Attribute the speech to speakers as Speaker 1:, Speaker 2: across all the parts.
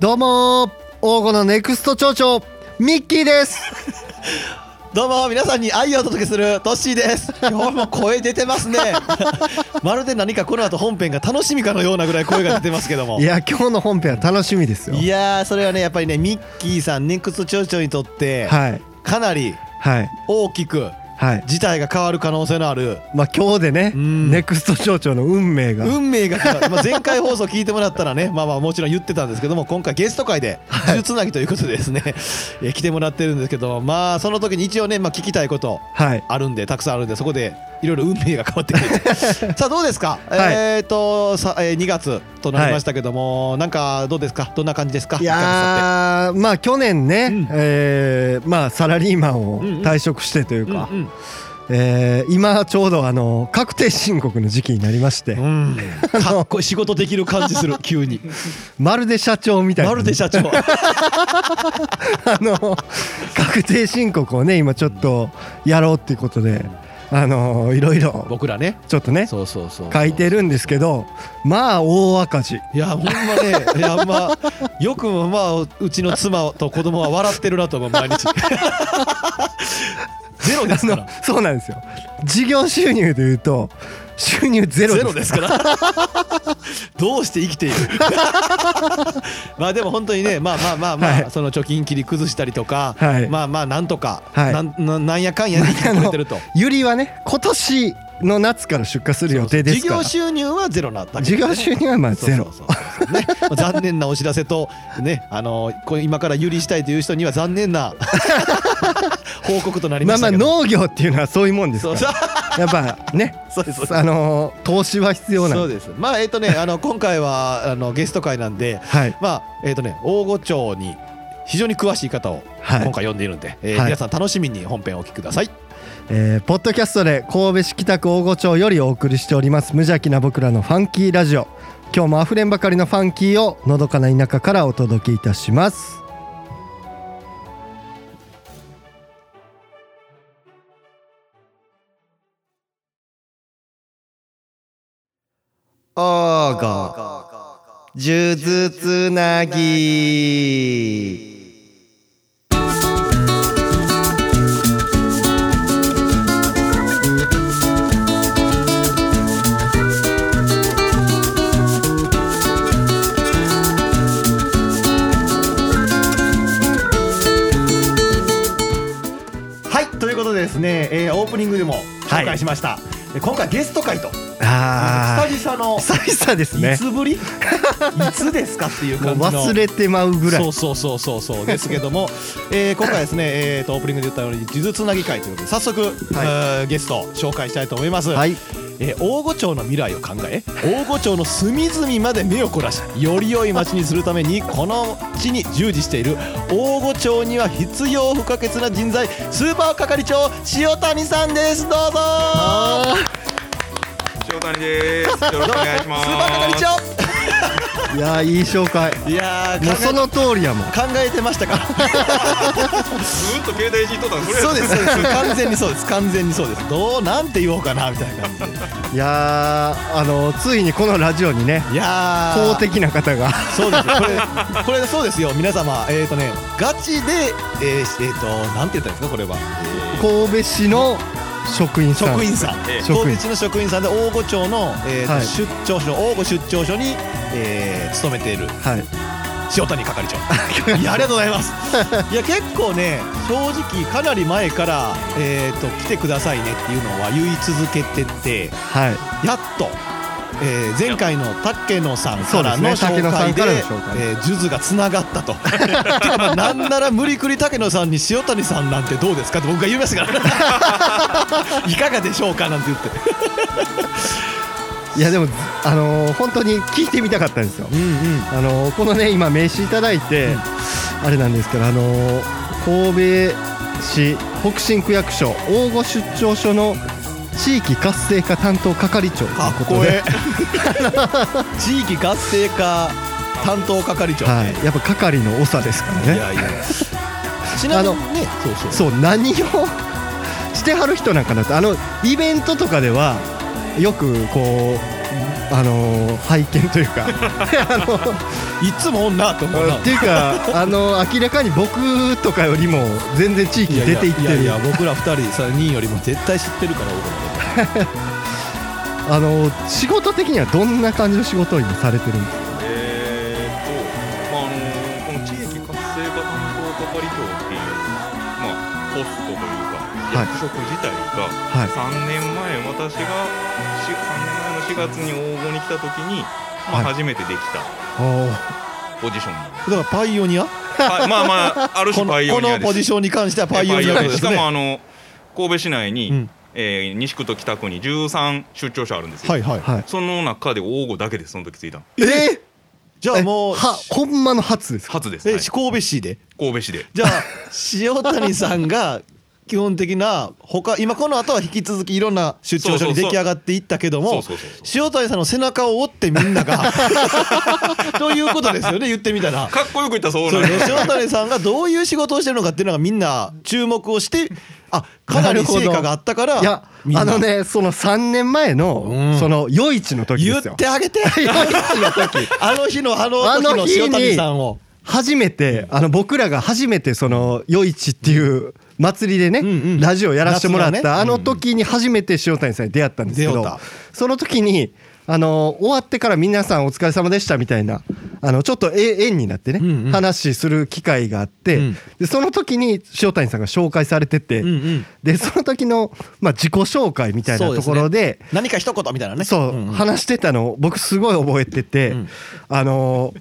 Speaker 1: どうも王吾のネクスト町長ミッキーです
Speaker 2: どうも皆さんに愛をお届けするトッシーです今日も声出てま すねまるで何かこの後本編が楽しみかのようなぐらい声が出てますけども
Speaker 1: いや今日の本編は楽しみですよ
Speaker 2: いやーそれはねやっぱりねミッキーさんネクスト町長にとって
Speaker 1: はい
Speaker 2: かなり
Speaker 1: はい
Speaker 2: 大きく
Speaker 1: はい
Speaker 2: 事態が変わる可能性のある
Speaker 1: まあ今日でね、
Speaker 2: うん
Speaker 1: ネクスト町長の運命が、
Speaker 2: 運命が変わる、まあ、前回放送聞いてもらったらね まあまあもちろん言ってたんですけども今回ゲスト会で手術つなぎということでですね、 えー来てもらってるんですけどまあその時に一応ね、まあ、聞きたいこと
Speaker 1: はい
Speaker 2: あるんでたくさんあるんでそこでいろいろ運命が変わってく るさあどうですか、
Speaker 1: はい
Speaker 2: えっ、とさ、えー、2月となりましたけども、なんかどうですかどんな感じですか
Speaker 1: いやーまあ去年ね、
Speaker 2: うん
Speaker 1: えーまあサラリーマンを
Speaker 2: うんうん
Speaker 1: 退職してという
Speaker 2: 1
Speaker 1: か、
Speaker 2: ヶ月経って
Speaker 1: えー今ちょうどあの確定申告の時期になりまして、
Speaker 2: うんうん、うん、かっこいい仕事できる感じす る急に
Speaker 1: まるで社長みたいな
Speaker 2: まるで社長
Speaker 1: あの確定申告をね今ちょっとやろうっていうことで、あのいろいろ
Speaker 2: 僕らね
Speaker 1: ちょっとね
Speaker 2: そうそうそう
Speaker 1: 書いてるんですけどまあ大赤字
Speaker 2: いやほんまねいやまあよくもまあうちの妻と子供は笑ってるなと思う毎日ゼロです
Speaker 1: あの
Speaker 2: から
Speaker 1: そうなんですよ事業収入でいうと収入ゼロで
Speaker 2: ゼ
Speaker 1: す
Speaker 2: ロですからどうして生きている まあでも本当にねまあまあまあまあ、
Speaker 1: はい
Speaker 2: その貯金切り崩したりとか、
Speaker 1: はい
Speaker 2: まあまあなんとか、
Speaker 1: はい
Speaker 2: なんななんやかんやで生きてくれて ると
Speaker 1: ユリはね今年の夏から出荷する予定ですから
Speaker 2: 事業収入はゼロなだけ
Speaker 1: 事業収入はまあゼロ
Speaker 2: そうそうそうそうねまあ残念なお知らせとねあのこれ今から有利したいという人には残 念な報告となり
Speaker 1: ま
Speaker 2: ま
Speaker 1: あ
Speaker 2: し
Speaker 1: ま
Speaker 2: た
Speaker 1: あ
Speaker 2: けど、
Speaker 1: 農業っていうのはそういうもんです
Speaker 2: そう
Speaker 1: か
Speaker 2: そう
Speaker 1: らやっぱね
Speaker 2: そうですそうです
Speaker 1: あのー投資は必要な
Speaker 2: そ
Speaker 1: ん
Speaker 2: う
Speaker 1: で
Speaker 2: ですまあえっ、とねあの今回はあのゲスト会なんで
Speaker 1: はい
Speaker 2: まあえっ、とね大御町に非常に詳しい方を
Speaker 1: はい
Speaker 2: 今回呼んでいるんで、えー
Speaker 1: はい
Speaker 2: 皆さん楽しみに本編をお聞きください
Speaker 1: えーポッドキャストで神戸市北区大御町よりお送りしております無邪気な僕らのファンキーラジオ今日もあふれんばかりのファンキーをのどかな田舎からお届けいたしますおーご数珠つなぎ
Speaker 2: はいということでですね、えーオープニングでも紹
Speaker 1: は
Speaker 2: 介
Speaker 1: い
Speaker 2: しました、で今回ゲスト会と
Speaker 1: あ
Speaker 2: 久々の
Speaker 1: あ久々ですね
Speaker 2: いつぶ りいつですかっていう
Speaker 1: もう
Speaker 2: 感じの
Speaker 1: 忘れてまうぐらい
Speaker 2: そうそうそうそうそうですけども、 えー今回ですね、えー、とオープニングで言ったように呪術つなぎ会ということで早速、えーゲストを紹介したいと思います、
Speaker 1: はい
Speaker 2: えー大御町の未来を考え大御町の隅々まで目を凝らしより良い街にするためにこの地に従事している大御町には必要不可欠な人材スーパー係長塩谷さんですどうぞ
Speaker 3: 塩谷です。よろしくお願いします。
Speaker 2: スーパー係
Speaker 1: いやーいい紹介
Speaker 2: 長いやー
Speaker 1: もうそ
Speaker 2: 考
Speaker 1: の通りやもん
Speaker 2: え考えてましたから
Speaker 3: ずーっと携帯いじっとったらそれ
Speaker 2: そうですそうです完全にそうです完全にそうですどうなんて言おうかなみたいな感じで
Speaker 1: いやーあのついにこのラジオにね
Speaker 2: いやー
Speaker 1: 公的な方が
Speaker 2: そうですこれこれそうですよ皆様えっ、とねガチでえっ、えーとなんて言ったらいいんですかこれは、
Speaker 1: 神戸市の職員さん
Speaker 2: 職員さん
Speaker 3: ええ
Speaker 2: 神戸市の職員さんで大御町の、えーと
Speaker 1: はい
Speaker 2: 出張所大御出張所に、えー勤めている
Speaker 1: はい
Speaker 2: 塩谷係長いやありがとうございます いや結構ね正直かなり前から、えー、と来てくださいねっていうのは言い続けてて
Speaker 1: はい
Speaker 2: やっと、えー前回の竹野さんからの
Speaker 1: そう
Speaker 2: 紹
Speaker 1: ですね竹野さ
Speaker 2: 介
Speaker 1: ん
Speaker 2: で
Speaker 1: からの紹介
Speaker 2: えー数珠がつながった とてかまあなんなら無理くり竹野さんに塩谷さんなんてどうですかって僕 が言いましたからいかがでしょうかなんて言って
Speaker 1: いやでもあのー本当に聞いてみたかったんですよ
Speaker 2: うんうん
Speaker 1: あのーこのね今名刺いただいて、あれなんですけどあのー神戸市北新区役所大御出張所の地域活性化担当係長という
Speaker 2: かっ
Speaker 1: こと
Speaker 2: こ
Speaker 1: で
Speaker 2: ええ地域活性化担当係長、、
Speaker 1: はいい、やっぱ係の長ですからね
Speaker 2: やいやちなみにねそうそう
Speaker 1: そう何をしてはる人なんかなってあのイベントとかではよくこうあのー拝見というか あの
Speaker 2: いつも女と思うな
Speaker 1: っていうかあの明らかに僕とかよりも全然地域出ていって
Speaker 2: や
Speaker 1: る
Speaker 2: いやいや僕ら2人3人よりも絶対知ってるから僕ら
Speaker 1: あの仕事的にはどんな感じの仕事を今されてるんですか
Speaker 4: えーっと、まああのこの地域活性化担当係長っていう、まあ、ポストというか、
Speaker 1: はい
Speaker 4: 役職自体が、
Speaker 1: はい
Speaker 4: 3年前、私がし3年前の4月に応募に来た時に、ま
Speaker 1: は
Speaker 4: あ
Speaker 1: い
Speaker 4: 初めてできたポジションなんです、
Speaker 2: だからパイオニア
Speaker 4: はいまあまあ、ある
Speaker 2: こ
Speaker 4: 種
Speaker 2: の
Speaker 4: パイオ
Speaker 2: こ
Speaker 4: ニア
Speaker 2: の
Speaker 4: で
Speaker 2: ポ
Speaker 4: す。
Speaker 2: ジションに関してはパイオニアで
Speaker 4: し
Speaker 2: す
Speaker 4: か
Speaker 2: ね
Speaker 4: も
Speaker 2: は
Speaker 4: あの神戸市内に、
Speaker 2: うん
Speaker 4: えー西区と北区に13出張所あるんですよ、
Speaker 2: いはい、
Speaker 1: はい
Speaker 4: その中で王吾だけですその時ついたの
Speaker 1: ええ
Speaker 2: じゃあもう
Speaker 1: はほんまの初ですか
Speaker 4: 初です、
Speaker 2: え
Speaker 4: はい
Speaker 2: 神戸市で
Speaker 4: 神戸市で
Speaker 2: じゃあ塩谷さん が基本的な他今この後は引き続きいろんな出張所に出来上がっていったけども
Speaker 4: そうそうそうそう
Speaker 2: 塩谷さんの背中を追ってみんな がということですよね言ってみたら。
Speaker 4: かっこよく言ったらそう
Speaker 2: そ
Speaker 4: な
Speaker 2: うんね
Speaker 4: です
Speaker 2: 塩谷さんがどういう仕事をしてるのかっていうのがみんな注目をしてあかなり成果があったから
Speaker 1: いや
Speaker 2: みんな
Speaker 1: あのねその3年前の、
Speaker 2: うん
Speaker 1: その夜市の時
Speaker 2: 言
Speaker 1: で
Speaker 2: っ
Speaker 1: すよ
Speaker 2: てあげて あの日のあの時の塩谷さんを。
Speaker 1: 初めてあの僕らが初めてその夜市っていう祭りでね、
Speaker 2: うんうん
Speaker 1: ラジオやらせてもらった、
Speaker 2: 夏のね
Speaker 1: あの時に初めて塩谷さんに出会ったんですけ
Speaker 2: 出会
Speaker 1: ど
Speaker 2: った
Speaker 1: その時にあの終わってから皆さんお疲れ様でしたみたいなあのちょっとえ縁になってね、
Speaker 2: うんうん
Speaker 1: 話する機会があって、
Speaker 2: うん
Speaker 1: でその時に塩谷さんが紹介されてて、
Speaker 2: うんうん
Speaker 1: でその時の、まあ、自己紹介みたいなところで
Speaker 2: 何か一言みたいなね
Speaker 1: そう、
Speaker 2: んん
Speaker 1: 話してたのを僕すごい覚えてて、
Speaker 2: ん
Speaker 1: あの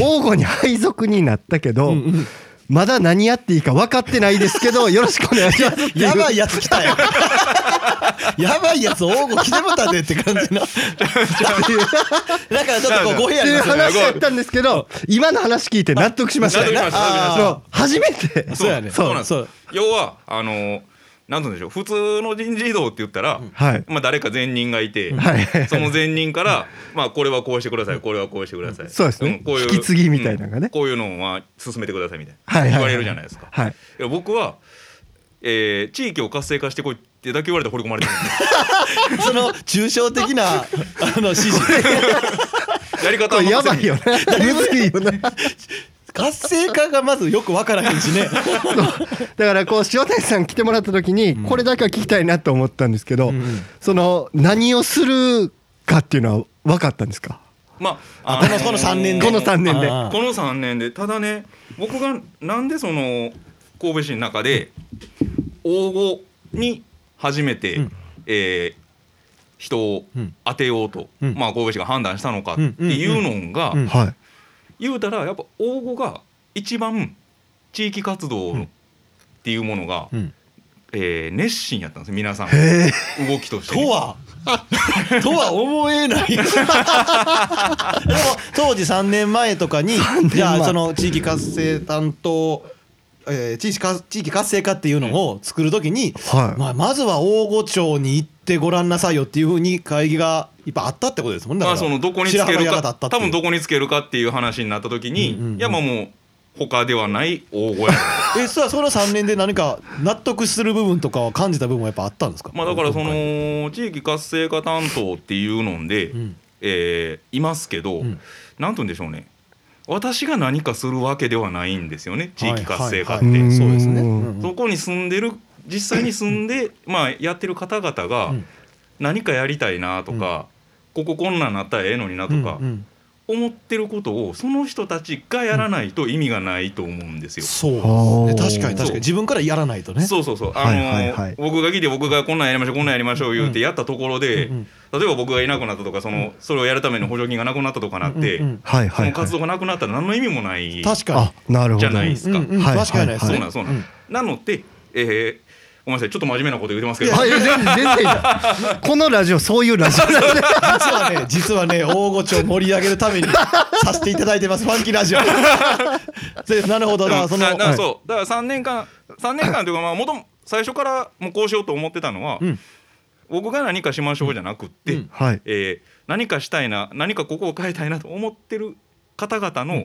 Speaker 1: 王吾に配属になったけど
Speaker 2: うんうん
Speaker 1: まだ何やっていいか分かってないですけ どよろしくお願いしますっていう
Speaker 2: やばいやつ来 たよやばいやつ応募来てもたでって感じのだからちょっとこう語弊
Speaker 1: っ
Speaker 2: あ
Speaker 1: て
Speaker 2: り
Speaker 1: いう
Speaker 2: ますよ
Speaker 1: 話
Speaker 2: ね
Speaker 1: だったんですけど今の話聞いて納得しました
Speaker 4: 納得しました
Speaker 2: あー
Speaker 1: そう初めて
Speaker 2: そうやね
Speaker 4: そうなんです
Speaker 2: そう
Speaker 4: 要はあのなんて言うんでしょう普通の人事異動って言ったら、
Speaker 1: はい
Speaker 4: まあ、誰か前任がいて、
Speaker 1: はい
Speaker 4: その前任から、まあ、これはこうしてくださいこれはこうしてください、
Speaker 1: そうですね
Speaker 4: んこういう
Speaker 1: 引き継ぎみたいなのがね
Speaker 4: うんこういうのは進めてくださいみたいな、
Speaker 1: はいはいはい
Speaker 4: 言われるじゃないですか、
Speaker 1: はい
Speaker 4: いや僕は、えー地域を活性化してこいってだけ言われて掘り込まれてるんです
Speaker 2: その抽象的なあの指示
Speaker 4: よやり方
Speaker 1: こ
Speaker 4: は
Speaker 1: れや
Speaker 4: 任
Speaker 1: ば
Speaker 4: せる
Speaker 1: いよねむずいよね
Speaker 2: 活性化がまずよくわからへんしね
Speaker 1: だからこう塩谷さん来てもらった時にこれだけは聞きたいなと思ったんですけど、
Speaker 2: ん
Speaker 1: その何をするかっていうのは分かったんですか
Speaker 4: まあ、
Speaker 2: このこの3年で
Speaker 1: この三年で
Speaker 2: あー
Speaker 4: この3年でただね僕がなんでその神戸市の中で応募に初めて、
Speaker 2: うん
Speaker 4: えー人を
Speaker 2: うん
Speaker 4: 当てようと、
Speaker 2: うん
Speaker 4: まあ、神戸市が判断したのかっていうのが、
Speaker 2: うんうんうんうん
Speaker 1: はい
Speaker 4: 言うたらやっぱ応募が一番地域活動
Speaker 2: うん
Speaker 4: っていうものが、
Speaker 2: うん
Speaker 4: えー熱心やったんです皆さん
Speaker 1: へえ
Speaker 4: 動きとして、
Speaker 2: とはとは思えないでも当時3年前とかに
Speaker 1: 年前
Speaker 2: じゃあその地域活性担当えー地域か地域活性化っていうのを作るときに、
Speaker 1: はい
Speaker 2: まあ、まずは大御町に行ってごらんなさいよっていうふうに会議がいっぱいあったってことですもんね。
Speaker 4: ま
Speaker 2: だ
Speaker 4: あ
Speaker 2: から
Speaker 4: そのどこにつける
Speaker 2: 白浜山が
Speaker 4: か
Speaker 2: 立ったっていう
Speaker 4: 多分どこにつけるかっていう話になった時に、
Speaker 2: うんうんうん
Speaker 4: いやまあもう他ではない大 声
Speaker 2: えそれはその3年で何か納得する部分とかは感じた部分はやっぱあったんですか
Speaker 4: まあだからその地域活性化担当っていうので、
Speaker 2: ん
Speaker 4: えーいますけど、
Speaker 2: うん
Speaker 4: なんて言うんでしょうね私が何かするわけではないんですよね地域活性化って、
Speaker 2: はい
Speaker 1: はいはい
Speaker 2: そうですね
Speaker 1: うん
Speaker 2: うん
Speaker 4: そこに住んでる実際に住んで、まあ、やってる方々が
Speaker 2: うん
Speaker 4: 何かやりたいなとか、こここんなんなったらええのになとか
Speaker 2: うんうん
Speaker 4: 思ってることをその人たちがやらないと意味がないと思うんですよ。
Speaker 2: そう
Speaker 1: おー
Speaker 2: ですね確かに確か
Speaker 4: そう
Speaker 2: に自分からやらないとね
Speaker 4: そうそうそう、あのー
Speaker 1: はいはいはい
Speaker 4: 僕が来て僕がこんなんやりましょうこんなんやりましょう言うてやったところで、
Speaker 2: うん
Speaker 4: 例えば僕がいなくなったとかそのそれをやるための補助金がなくなったとかなって、
Speaker 2: うんうんうん
Speaker 1: はい
Speaker 4: そ
Speaker 1: はい、は
Speaker 4: の
Speaker 1: い
Speaker 4: 活動がなくなったら何の意味もない
Speaker 2: 確かに
Speaker 1: あなるほど
Speaker 4: じゃな
Speaker 2: う
Speaker 4: い
Speaker 2: んうん
Speaker 4: ですか
Speaker 2: うんうん
Speaker 1: はい
Speaker 2: 確かにない
Speaker 1: はい
Speaker 2: です
Speaker 4: そう
Speaker 2: ね
Speaker 4: なんそうなん、なので、えーごめんなさいちょっと真面目なこと言ってますけど
Speaker 3: はい全然全然いいじゃんこのラジオそういうラジ オなんで
Speaker 2: 実は ね、実はね、大御町盛り上げるためにさせていただいてます、ファンキー ラジオ。でなるほど、だからその、
Speaker 4: だだから
Speaker 2: はい
Speaker 4: そうだから3年間3年間というかまあ元々最初からもうこうしようと思ってたのは、
Speaker 2: うん
Speaker 4: 僕が何かしましょうじゃなくって、
Speaker 2: うん
Speaker 3: はい
Speaker 4: えー何かしたいな何かここを変えたいなと思ってる方々の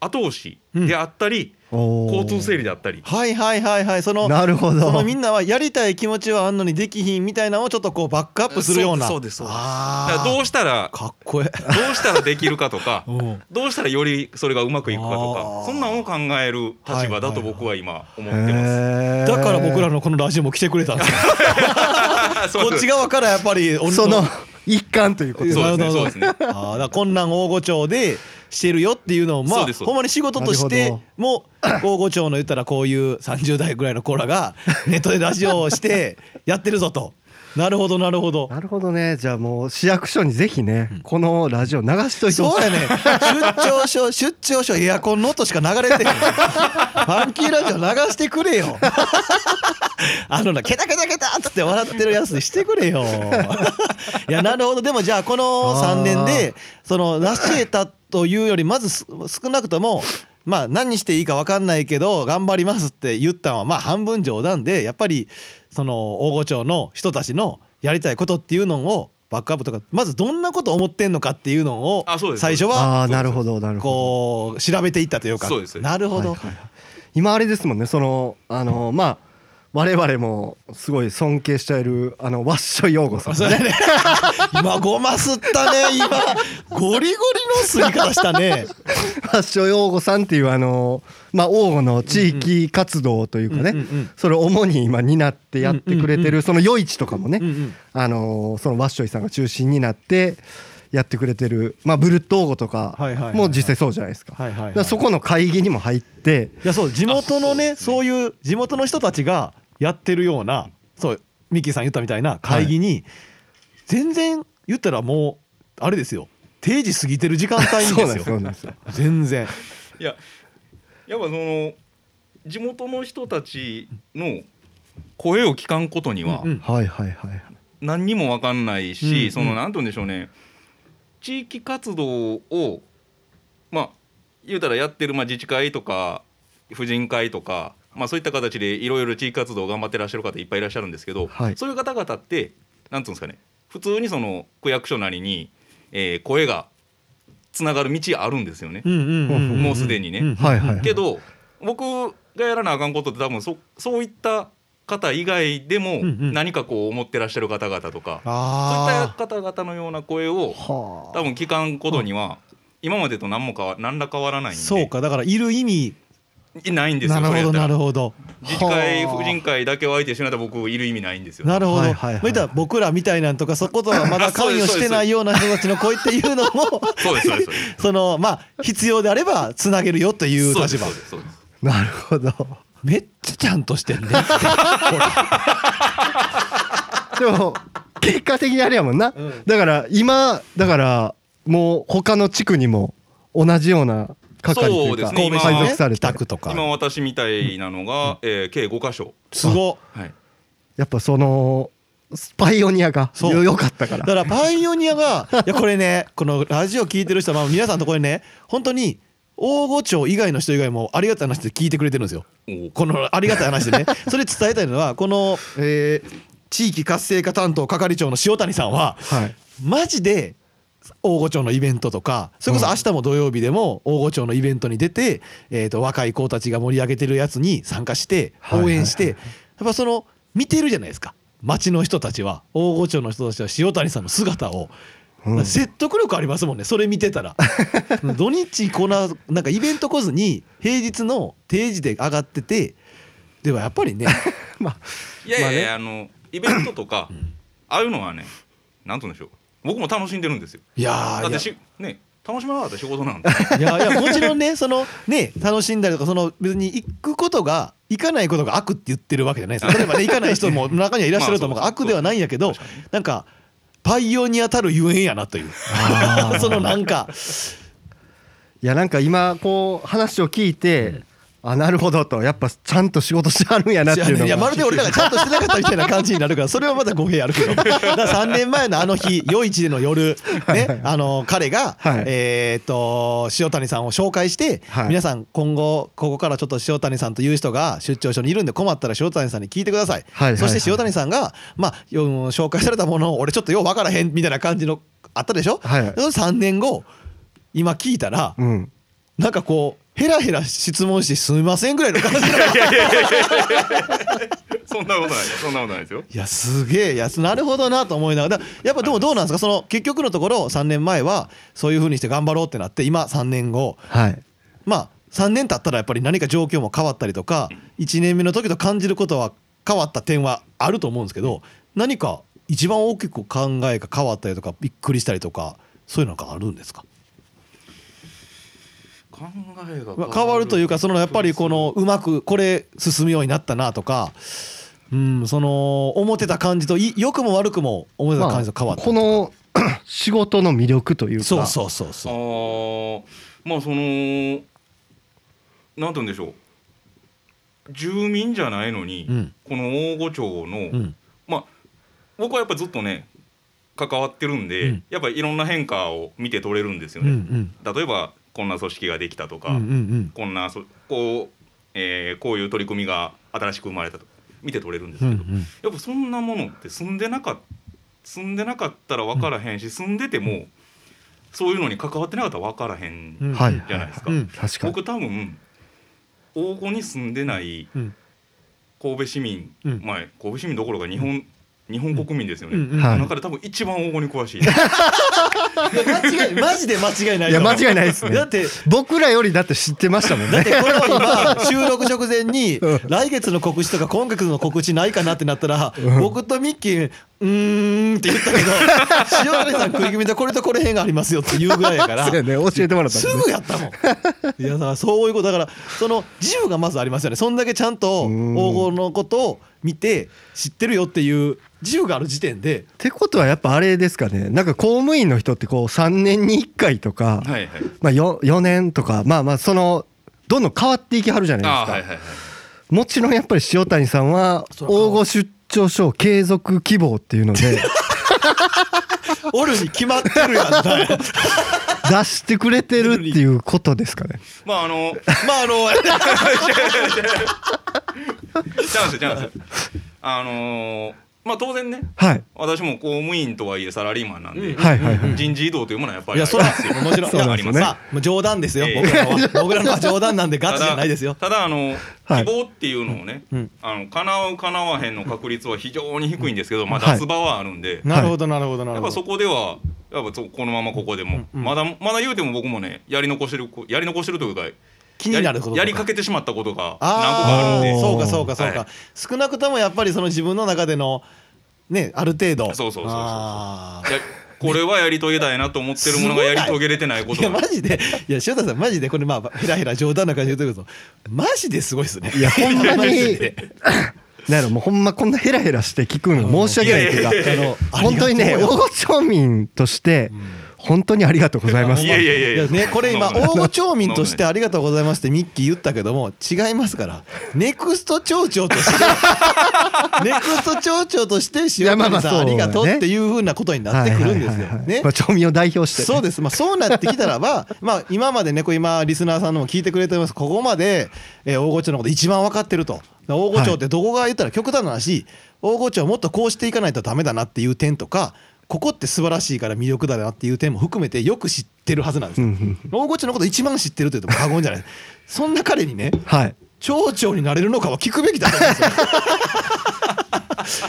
Speaker 4: 後押しであったり、
Speaker 3: 交
Speaker 4: 交通整理であったり、
Speaker 2: はいはいはいはい、その、
Speaker 3: なるほ
Speaker 2: そ
Speaker 3: ど
Speaker 2: のみんなはやりたい気持ちはあんのにできひんみたいなのをちょっとこうバックアップするような。
Speaker 5: そうですそうです
Speaker 4: だ
Speaker 2: あ
Speaker 4: から
Speaker 2: ー
Speaker 4: どうしたら
Speaker 2: かっこええ。
Speaker 4: どうしたらできるか とか
Speaker 2: うん
Speaker 4: どうしたらよりそれがうまくいくかと
Speaker 2: あー
Speaker 4: かそんなのを考える立場だと僕は今思ってます。
Speaker 3: だ
Speaker 2: だから僕らのこのラジオも来てくれたんですよ。こっち側からやっぱり女の
Speaker 3: その一環ということ
Speaker 4: そうですね
Speaker 2: なるほど
Speaker 4: そうですね
Speaker 2: あーだからこんなん大御町でしてるよっていうのをま
Speaker 4: そ
Speaker 2: あ
Speaker 4: うですそうです
Speaker 2: ほんまに仕事とし
Speaker 3: なる
Speaker 2: て
Speaker 3: ほ
Speaker 2: も大御町の言ったらこういう30代ぐらいの子らがネットでラジオをしてやってるぞと。なるほどなるほど。
Speaker 3: なるほどねじゃあもう市役所にぜひね、このラジオ流しといてほ
Speaker 2: そ
Speaker 3: し
Speaker 2: う
Speaker 3: い
Speaker 2: やね出張所出張所エアコンの音しか流れてへんファンキーラジオ流してくれよあのなケタケタケタっつって笑ってるやつにしてくれよいやなるほどでもじゃあこの3年でその成し得たというよりまずす少なくともまあ何していいか分かんないけど頑張りますって言ったのはまあ半分冗談でやっぱりその大御町の人たちのやりたいことっていうのをバックアップとかまずどんなこと思ってんのかっていうのを
Speaker 4: あそうです
Speaker 2: 最初は
Speaker 3: ああなるほどなるほど
Speaker 2: こう調べていったというか
Speaker 4: そうです
Speaker 2: なるほ
Speaker 3: は
Speaker 2: ど
Speaker 3: いはい今あれですもんねそのあのまあ我々もすごい尊敬しているあのワッショイヨーゴさん
Speaker 2: そうやね今ごますったね今ゴリゴリの吸い方したね
Speaker 3: 発祥擁護さんっていうあのまあ王吾の地域活動というかね、
Speaker 2: うんうんうんうん
Speaker 3: それを主に今担ってやってくれてるその夜市とかもね、
Speaker 2: うんうん
Speaker 3: あのそのワッショイさんが中心になってやってくれてるまあブルット王吾とか
Speaker 2: はいはいはいはい
Speaker 3: も実際そうじゃないですか。
Speaker 2: はいはいはい
Speaker 3: だからそこの会議にも入って
Speaker 2: いやそう地元のね
Speaker 4: あそ
Speaker 2: そういう地元の人たちがやってるようなそうミッキーさん言ったみたいな会議に全然言ったらもうあれですよ定時過ぎてる時間帯に
Speaker 3: そうなん
Speaker 2: で
Speaker 3: ですすよ
Speaker 2: よ全然
Speaker 4: いややっぱその地元の人たちの声を聞かんことには
Speaker 2: うんうん
Speaker 3: はいはいはい
Speaker 4: 何にも分かんないし、
Speaker 2: うんうん
Speaker 4: その何て言うんでしょうね地域活動をまあ言うたらやってる、まあ、自治会とか婦人会とか、まあ、そういった形でいろいろ地域活動を頑張ってらっしゃる方いっぱいいらっしゃるんですけど、
Speaker 3: はい
Speaker 4: そういう方々って何て言うんですかね普通にその区役所なりに、えー声がつながる道あるんですよね。
Speaker 2: うんうんうんん
Speaker 4: もうすでにね
Speaker 2: ん
Speaker 3: はいはいはい
Speaker 4: けど僕がやらなあかんことって多分そそういった方以外でも
Speaker 2: んうん
Speaker 4: 何かこう思ってらっしゃる方々とか、そういっ
Speaker 2: あ
Speaker 4: た方々のような声を
Speaker 3: は
Speaker 4: 多分聞かんことには今までと何も変わ何ら変わらない
Speaker 2: あ
Speaker 4: んで
Speaker 2: そうかだからいる意味
Speaker 4: いないんです
Speaker 2: な
Speaker 4: よ
Speaker 2: るほど
Speaker 4: それやった
Speaker 2: なる
Speaker 4: ら
Speaker 2: ほど
Speaker 4: 自治会
Speaker 3: はあ
Speaker 4: 婦人会だけを相手にしないと僕いる意味ないんですよ
Speaker 2: なるほど、
Speaker 3: は
Speaker 2: ま
Speaker 3: い
Speaker 2: あ
Speaker 3: はいはい
Speaker 2: 言ったら僕らみたいなんとかそことはま だ
Speaker 4: あそう
Speaker 2: 関
Speaker 4: です
Speaker 2: 与してないような人たちの声っていうの も
Speaker 4: そうですそうですそうです
Speaker 2: そのまあ必要であればつなげるよという
Speaker 4: そうで
Speaker 2: 立
Speaker 4: す
Speaker 2: 場
Speaker 4: そうですそうです
Speaker 3: あ なるほど
Speaker 2: めっちゃちゃんとし てんね
Speaker 3: でも結果的にあれやもんな、
Speaker 2: ん
Speaker 3: だから今だからもう他の地区にも同じような係と
Speaker 4: そ
Speaker 3: いうう
Speaker 4: で
Speaker 3: か
Speaker 4: すね今
Speaker 3: 配属されて
Speaker 2: 北区とか
Speaker 4: 今私みたいなのが、えー計5箇所、
Speaker 2: すごっ
Speaker 4: はい、
Speaker 3: やっぱそのパイオニアが
Speaker 2: そう
Speaker 3: よ良かったから
Speaker 2: だからパイオニアがいやこれねこのラジオ聞いてる人はまあ皆さんのところにね本当に大御町以外の人以外もありがたい話で聞いてくれてるんですよ
Speaker 4: おー
Speaker 2: このありがたい話でねそれ伝えたいのはこの、えー地域活性化担当係長の塩谷さんは
Speaker 3: はい
Speaker 2: マジで大御町のイベントとかそれこそ明日も土曜日でも大御町のイベントに出て、えー、と若い子たちが盛り上げてるやつに参加して
Speaker 3: はい
Speaker 2: 応援して、やっぱその見てるじゃないですか町の人たちは大御町の人たちは塩谷さんの姿を。
Speaker 3: うん
Speaker 2: 説得力ありますもんねそれ見て たら土日こんななんかイベント来ずに平日の定時で上がっててではやっぱ りね
Speaker 4: いやいやいや、あのイベントとか、ああいうのはねなんとんでしょう僕も楽しんでるんですよ
Speaker 2: いやー
Speaker 4: だってしね楽しまなかったら仕事なんで
Speaker 2: いやいやもちろんねそのね楽しんだりとかその別に行くことが行かないことが悪って言ってるわけじゃないです例えばね行かない人も中にはいらっしゃると思うから
Speaker 4: まあそう
Speaker 2: 悪ではないんやけどなんかパイオニアたるゆえんやなという そのなんか
Speaker 3: いやなんか今こう話を聞いて、ああなるほどとやっぱちゃんと仕事してあるんやなっていうの
Speaker 2: いやま
Speaker 3: が
Speaker 2: るで俺らがちゃんとしてなかったみたいな感じになるからそれはまだ語弊あ るけどだから3年前のあの日夜市での夜ねあの彼が、
Speaker 3: はい
Speaker 2: えーっと塩谷さんを紹介して、
Speaker 3: はい
Speaker 2: 皆さん今後ここからちょっと塩谷さんという人が出張所にいるんで困ったら塩谷さんに聞いてください、
Speaker 3: はい
Speaker 2: そし
Speaker 3: はい
Speaker 2: て塩谷さんが、まあ、よ紹介されたものを俺ちょっとよう分からへんみたいな感じのあったでしょ、
Speaker 3: はい
Speaker 2: その3年後今聞いたら、
Speaker 3: うん
Speaker 2: なんかこうヘラヘラ質問してすみませんぐらいの感じの
Speaker 4: いやいやいやいやいやそんなことないそんなことないですよ
Speaker 2: いやすげえいやなるほどなと思いながらだやっぱでもどうなんですかその結局のところ3年前はそういうふうにして頑張ろうってなって今3年後
Speaker 3: はい
Speaker 2: まあ3年経ったらやっぱり何か状況も変わったりとか1年目の時と感じることは変わった点はあると思うんですけど何か一番大きく考えが変わったりとかびっくりしたりとかそういうのがあるんですか
Speaker 4: 考えが
Speaker 2: まあ変わるというかそのやっぱりこのうまくこれ進むようになったなとか。うん、その思ってた感じとい良くも悪くも思ってた感じと変わった
Speaker 3: この仕事の魅力というか
Speaker 2: そうそうそうそう
Speaker 4: ああまあそのなんて言うんでしょう住民じゃないのに、
Speaker 2: うん
Speaker 4: この大御町の、
Speaker 2: うん
Speaker 4: まあ僕はやっぱずっとね関わってるんで、
Speaker 2: うん
Speaker 4: やっぱりいろんな変化を見て取れるんですよ
Speaker 2: うんう
Speaker 4: ね。
Speaker 2: ん
Speaker 4: 例えばこんな組織ができたとか、
Speaker 2: うんうん
Speaker 4: こんなそこう、えーこういう取り組みが新しく生まれたとか見て取れるんです
Speaker 2: う
Speaker 4: けど、
Speaker 2: ん
Speaker 4: やっぱそんなものって住んでなかっ住んでなかったら分からへんし、住んでてもそういうのに関わってなかったら分からへ
Speaker 2: うん
Speaker 4: ん
Speaker 3: はい
Speaker 4: じゃないですか。
Speaker 2: うん
Speaker 3: 確かに
Speaker 4: 僕多分大御に住んでない
Speaker 2: うん
Speaker 4: 神戸市民、
Speaker 2: うん
Speaker 4: まあ神戸市民どころか日本、日本国民ですよね。
Speaker 2: うんうん
Speaker 3: はい
Speaker 4: 中で多分一番大御に 詳しい。
Speaker 2: 間違いマジで間違いない
Speaker 3: いや間違いないですね
Speaker 2: だって
Speaker 3: 僕らよりだって知ってましたもん
Speaker 2: だっ
Speaker 3: ね
Speaker 2: てこれを今収録直前に
Speaker 3: うん
Speaker 2: 来月の告知とか今月の告知ないかなってなったら僕とミッキー「うーん」って言ったけど塩谷さん食い気味でこれとこれへんがありますよっていうぐらいやから
Speaker 3: そうやね教えてもらったん
Speaker 2: す
Speaker 3: ですね
Speaker 2: ぐやったもんいやだからそういうことだからその自由がまずありますよねそんだけちゃんと
Speaker 3: うん
Speaker 2: 黄金のことを見て知ってるよっていう自由がある時点で
Speaker 3: ってことはやっぱあれですかねなんか公務員の人ってこう3年に1回とか、
Speaker 4: はい はい。
Speaker 3: まあ、4, 4年とかまあまあそのどんどん変わっていきはるじゃないです
Speaker 4: あ
Speaker 3: か、
Speaker 4: ーはいはいはい。
Speaker 3: もちろんやっぱり塩谷さんは
Speaker 2: そう
Speaker 3: 応募出張所継続希望っていうの で
Speaker 2: おるに決まってるやんだよ
Speaker 3: 出してくれてるっていうことですかね
Speaker 4: まああの
Speaker 2: まああの
Speaker 4: チャンスチャンス。あのーまあ当然ね
Speaker 3: はい
Speaker 4: 私も公務員とはいえサラリーマンなんで、
Speaker 2: うん
Speaker 3: はいはいはい
Speaker 4: 人事異動というものはやっぱ
Speaker 2: い
Speaker 4: り
Speaker 2: や
Speaker 4: あり
Speaker 2: そら
Speaker 4: ますよ。
Speaker 2: もちろん
Speaker 3: そうなんですよね
Speaker 2: いやさあもう冗談ですよ
Speaker 4: ええ
Speaker 2: 僕らのは僕ら のは冗談なんでガチじゃないですよ
Speaker 4: ただただあの
Speaker 3: はい
Speaker 4: 希望っていうのをね、
Speaker 2: うん
Speaker 4: あの叶う叶わへんの確率は非常に低いんですけど、まあ
Speaker 3: はい
Speaker 4: 脱場はあるんで、
Speaker 2: なるほどなるほどな
Speaker 4: や
Speaker 2: る
Speaker 4: っ
Speaker 2: ほ
Speaker 4: ぱそ
Speaker 2: ど
Speaker 4: こではやっぱそこのままここでも、
Speaker 2: うんうん
Speaker 4: まだまだ言うても僕もねやり残してるこやり残してるというか
Speaker 2: 気になることと
Speaker 4: やりやりかけてしまったことが何個かある
Speaker 2: あ
Speaker 4: ん
Speaker 2: あ
Speaker 4: で
Speaker 2: ー
Speaker 3: 何個かあるんで
Speaker 2: そうかそうかそう
Speaker 4: は
Speaker 2: か少なくともやっぱりその自分の中でのねある程度
Speaker 4: そうそうそうそう
Speaker 2: あー
Speaker 4: やこれはやり遂げたいなと思ってるものがやり遂げれてないこ
Speaker 2: い
Speaker 4: と
Speaker 2: や
Speaker 4: が
Speaker 2: マジでいや塩田さんマジでこれまあヘラヘラ冗談な感じで言うとるけどマジですごいですね
Speaker 3: いやほんま
Speaker 2: マジ
Speaker 3: に
Speaker 2: で
Speaker 3: なんやろもうほんまこんなヘラヘラして聞くの申し訳ないっていうか
Speaker 2: いやいやいやあの
Speaker 3: 本当に
Speaker 2: あ
Speaker 3: ね
Speaker 2: りがとう
Speaker 3: 大町民として本当にありがとうございます
Speaker 4: いやいやいやいや
Speaker 2: ねこれ今
Speaker 4: そんな
Speaker 2: 大
Speaker 4: ことな
Speaker 2: 御
Speaker 4: い
Speaker 2: 町民としてありがとうございますってミッキー言ったけども違いますからネクスト町長として ネクスト町長として
Speaker 3: や
Speaker 2: 塩
Speaker 3: まあま
Speaker 2: 谷
Speaker 3: あ
Speaker 2: さんありがとう
Speaker 3: そうね
Speaker 2: っていうふうなことになってくるんですよ
Speaker 3: はいはいはいはい
Speaker 2: ね
Speaker 3: まあ、町民を代表してね、
Speaker 2: そうです、まあ、そうなってきたらば、まあ、今までね、こう今、リスナーさんのも聞いてくれてます、ここまで、えー大御町のこと一番分かってると、大御町ってどこが言ったら極端な話、大御町をもっとこうしていかないとダメだなっていう点とか、ここって素晴らしいから魅力だなっていう点も含めて、よく知ってるはずなんですよ
Speaker 3: うんうん。
Speaker 2: 大御町のこと一番知ってると言っても過言じゃない。そんな彼にね、
Speaker 3: はい
Speaker 2: 町長になれるのかは聞くべきだと思うんですよ。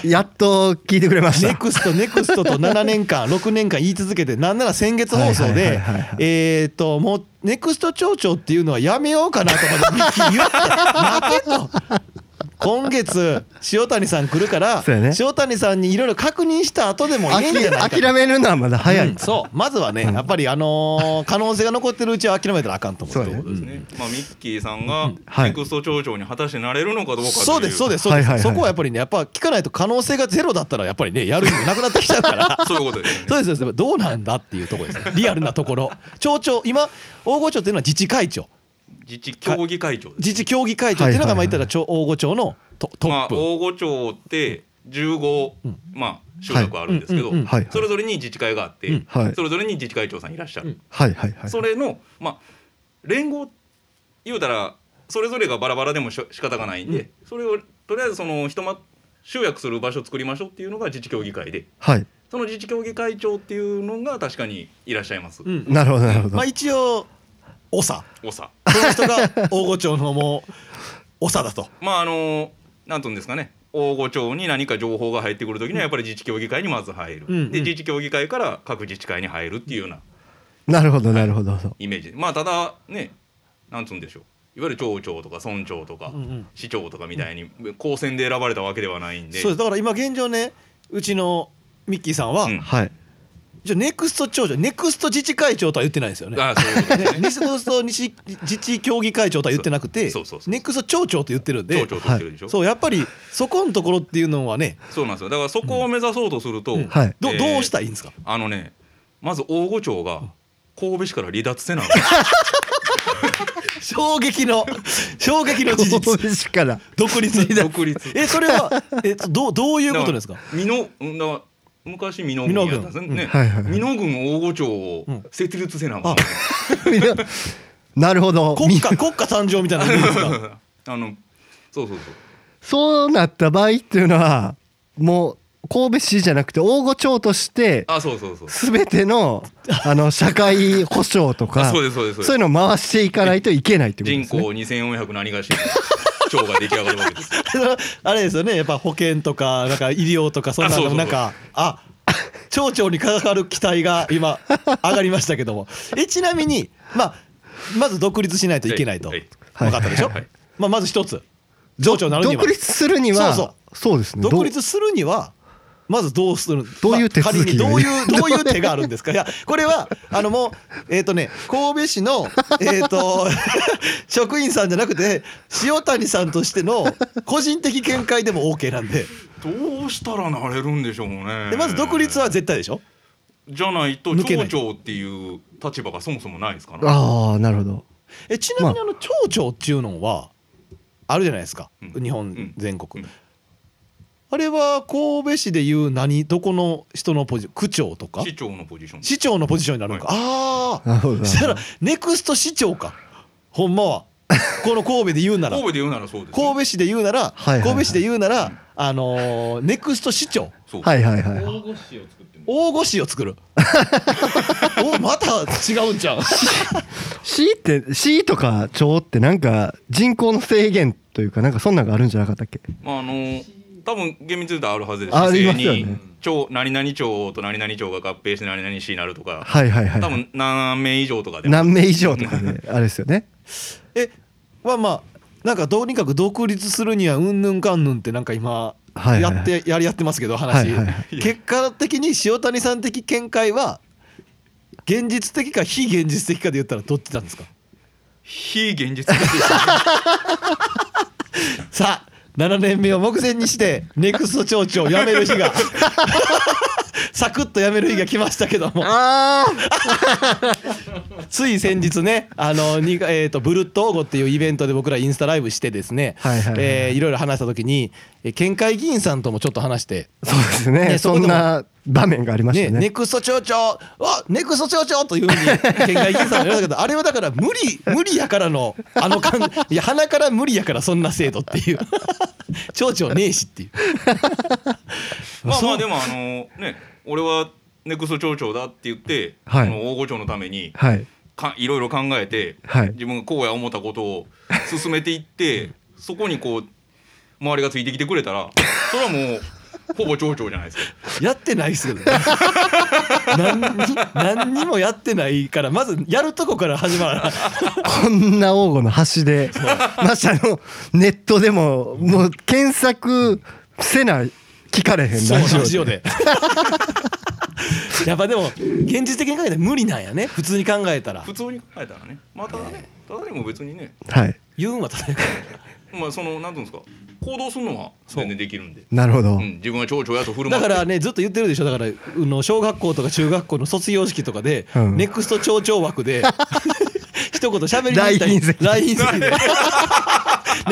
Speaker 3: やっと聞いてくれまし
Speaker 2: ネ
Speaker 3: た
Speaker 2: クスト、ネクストと7年間、6年間言い続けて、なんなら先月放送
Speaker 3: はいはい
Speaker 2: で
Speaker 3: はいはいはい、
Speaker 2: えっと、もう、ネクスト町長っていうのはやめようかなとかで、ミッキー言って、待てと。今月、塩谷さん来るから、
Speaker 3: そうやね
Speaker 2: 塩谷さんにいろいろ確認した後でもいいんじゃないか
Speaker 3: 諦めるのはまだ早い、
Speaker 2: うんそう、まずはね、やっぱり、あのー可能性が残ってるうちは諦めたらあかんと思う
Speaker 3: そうやね
Speaker 4: ですね、まあ、ミッキーさんが
Speaker 3: はい
Speaker 4: ネクスト町長に果たしてなれるのかどうかってい
Speaker 2: そうですそうですそう
Speaker 3: は
Speaker 2: で
Speaker 3: いはい
Speaker 2: す
Speaker 3: はい
Speaker 2: そこはやっぱりねやっぱ聞かないと可能性がゼロだったらやっぱりねやる意味なくなってきちゃうから
Speaker 4: そういうことですよね
Speaker 2: そうですそうですどうなんだっていうところですねリアルなところ町長今大御町っていうのは自治会長
Speaker 4: 自治協議会長です
Speaker 2: 自治協議会長っていうのが
Speaker 3: は
Speaker 2: まあ
Speaker 3: いはいはい
Speaker 2: 言ったら町大御町のトト
Speaker 4: ま
Speaker 2: ッ
Speaker 4: あ、
Speaker 2: プ、
Speaker 4: 大御町って15、
Speaker 2: うん
Speaker 4: まあ、集落あるんですけど、
Speaker 2: うんうんうん
Speaker 3: はい
Speaker 4: それぞれに自治会があって、
Speaker 2: うん
Speaker 3: はい
Speaker 4: それぞれに自治会長さんいらっしゃる、
Speaker 3: はいはいはい
Speaker 4: それの、まあ、連合言うたらそれぞれがバラバラでもしょ仕方がないんで、それをとりあえずそのひとま集約する場所を作りましょうっていうのが自治協議会で
Speaker 3: はい
Speaker 4: その自治協議会長っていうのが確かにいらっしゃいます、
Speaker 2: うん
Speaker 3: なるほどなるほど
Speaker 2: まあ一応長
Speaker 4: 長
Speaker 2: その人が大御町のもう長だと
Speaker 4: まああのなんとんですかね大御町に何か情報が入ってくるときにはやっぱり自治協議会にまず入る、
Speaker 2: うん
Speaker 4: で
Speaker 2: うん
Speaker 4: 自治協議会から各自治会に入るっていうような
Speaker 3: なるほどなるほど
Speaker 4: イメージまあただねなんつうんでしょういわゆる町長とか村長とか
Speaker 2: うんうん
Speaker 4: 市長とかみたいに高選で選ばれたわけではないんで
Speaker 2: そうですだから今現状ねうちのミッキーさんは、
Speaker 4: うん
Speaker 3: はい
Speaker 2: じゃあネクスト町長ネクスト自治会長とは言ってないですよね
Speaker 4: あそういうことです
Speaker 2: ねネクスト西自治協議会長とは言ってなくて
Speaker 4: そうそうそうそう
Speaker 2: ネクスト町長と言ってるん で
Speaker 4: 町長と言ってるでしょ、
Speaker 2: そうやっぱりそこのところっていうのはね
Speaker 4: そうなんですよだからそこを目指そうとすると、
Speaker 2: うん
Speaker 3: はい
Speaker 2: ど,、
Speaker 4: えー
Speaker 2: どうしたらいいんですか
Speaker 4: あのねまず大御町が神戸市から離脱せなあ かん
Speaker 2: 衝撃の衝撃の事
Speaker 3: 神
Speaker 2: 実
Speaker 3: 戸市から
Speaker 2: 独立
Speaker 4: 独立
Speaker 2: えそれはえどうどういうこと ですか
Speaker 4: 美濃うんだから昔美濃郡やったんです
Speaker 3: 濃
Speaker 4: ね
Speaker 3: 郡うんはいはいはい
Speaker 4: 美濃郡大御町を
Speaker 2: うん
Speaker 4: 設立せなあかん
Speaker 2: あ
Speaker 3: みんななるほど
Speaker 2: 国家国家誕生みたいなのいいですか
Speaker 4: あのそうそうそう
Speaker 3: そうなった場合っていうのはもう神戸市じゃなくて大御町として
Speaker 4: あそうそうそう
Speaker 3: 全て のあの社会保障と
Speaker 4: あ
Speaker 3: か
Speaker 4: そうですそうです
Speaker 3: そういうのを回していかないといけないってことで
Speaker 4: 人
Speaker 3: す
Speaker 4: 口
Speaker 3: ね。
Speaker 4: 2400何がしら 町が出来上がるわけです
Speaker 2: あれですよねやっぱ保険とかなんか医療とかそんな
Speaker 4: あそう
Speaker 2: の
Speaker 4: そうそう
Speaker 2: なんかあ町長にかかる期待が今上がりましたけどもえちなみにまあまず独立しないといけないと
Speaker 4: は
Speaker 2: 分
Speaker 4: い
Speaker 2: かったでしょ、
Speaker 4: はい
Speaker 2: まあ、まず一つ町長になるには
Speaker 3: 独立するには
Speaker 2: そう
Speaker 3: そうですねどう
Speaker 2: 独立するにはまずどうする
Speaker 3: どういう手続き
Speaker 2: まあ仮にどういうどういう手があるんですかいやこれはあのもうえっ、とね神戸市 のえっ、と職員さんじゃなくて塩谷さんとしての個人的見解でも OK なんで
Speaker 4: どうしたらなれるんでしょうね
Speaker 2: でまず独立は絶対でしょ
Speaker 4: じゃないと
Speaker 2: 抜けない
Speaker 4: 町長っていう立場がそもそもないですから
Speaker 3: ああなるほど
Speaker 2: えちなみにあの町長っていうのはあるじゃないですか、
Speaker 4: うん
Speaker 2: 日
Speaker 4: う
Speaker 2: 本
Speaker 4: ん
Speaker 2: 全国、
Speaker 4: うん
Speaker 2: あれは神戸市でいう何どこの人のポジ区長とか
Speaker 4: 市長のポジション
Speaker 2: 市長のポジションになるのか、ああ
Speaker 3: なるほど
Speaker 2: そしたらネクスト市長かほんまはこの神戸で言うなら
Speaker 4: 神戸で言うならそうです
Speaker 2: 神
Speaker 4: 戸
Speaker 2: 戸市で言うなら
Speaker 3: はいはいはい
Speaker 2: 神戸市で言うならあのーネクスト市長
Speaker 4: そう
Speaker 3: はいはいはい
Speaker 5: 大御市を作っても
Speaker 2: 大御市を 作るおまた違うんじゃん
Speaker 3: 市って市とか町ってなんか人口の制限というかなんかそんなんがあるんじゃなかったっけ
Speaker 4: まああの多分厳密に言うとあるはずです
Speaker 3: ありますよね
Speaker 4: 市政に町何々町と何々町が合併して何々市になるとか
Speaker 3: はいはいはい
Speaker 4: 多分何名以上とかで
Speaker 3: 何名以上とかであれですよね
Speaker 2: えまあまあなんかとにかく独立するにはうんぬんかんぬんってなんか今
Speaker 3: はい
Speaker 2: や
Speaker 3: はい
Speaker 2: っ
Speaker 3: はい
Speaker 2: てやり合ってますけど話
Speaker 3: はいはいは
Speaker 2: 結果的に塩谷さん的見解は現実的か非現実的かで言ったらどっちなんですか
Speaker 4: 非現実的です
Speaker 2: さあ7年目を目前にしてネクスト町長を辞める日が サクッと辞める日が来ましたけども
Speaker 3: ああ
Speaker 2: つい先日ねあのに、えー、とブルットオーゴっていうイベントで僕らインスタライブしてですね
Speaker 3: はいはいはい
Speaker 2: えーいろいろ話した時にえー県会議員さんともちょっと話して。
Speaker 3: そうですね
Speaker 2: ねそこ
Speaker 3: そ
Speaker 2: で
Speaker 3: ん
Speaker 2: も
Speaker 3: な場面がありまし
Speaker 2: ね
Speaker 3: たね
Speaker 2: ネクスト町長あネクスト町長というふうに県外議員さんが言われたけどあれはだから無理無理やからのあの感いや鼻から無理やからそんな制度っていう 町長ねえしっていう
Speaker 4: まあま
Speaker 2: そ
Speaker 4: あ
Speaker 2: う
Speaker 4: でもあのね俺はネクスト町長だって言って、
Speaker 3: はい
Speaker 4: その大御町のために
Speaker 3: はい
Speaker 4: かいろいろ考えて、
Speaker 3: はい
Speaker 4: 自分がこうや思ったことを進めていって そこにこう周りがついてきてくれたらそれはもうほぼ町長じゃないですか。
Speaker 2: やってないっすけどね何に何にもやってないからまずやるとこから始まら
Speaker 3: こんな王吾の端でましてあのネットでももう検索せな聞かれへん
Speaker 2: そ
Speaker 3: ラ
Speaker 2: う
Speaker 3: ジオ
Speaker 2: ラジ
Speaker 3: で
Speaker 2: オで やっぱでも現実的に考えたら無理なんやね普通に考えたら
Speaker 4: 普通に考えたらねまあただねただでも別にね
Speaker 3: はい
Speaker 2: 言うんは正しい
Speaker 4: まあそのなんていうんですか行動するのは全然できるんで。
Speaker 3: なるほど、
Speaker 4: うん、自分が町長やと振る舞
Speaker 2: だ
Speaker 4: っ
Speaker 2: か
Speaker 4: て
Speaker 2: らねずっと言ってるでしょだからあの小学校とか中学校の卒業式とかで、
Speaker 3: うん
Speaker 2: ネクスト町長枠で一一言喋りに行った
Speaker 3: 大隕石
Speaker 2: 大隕石で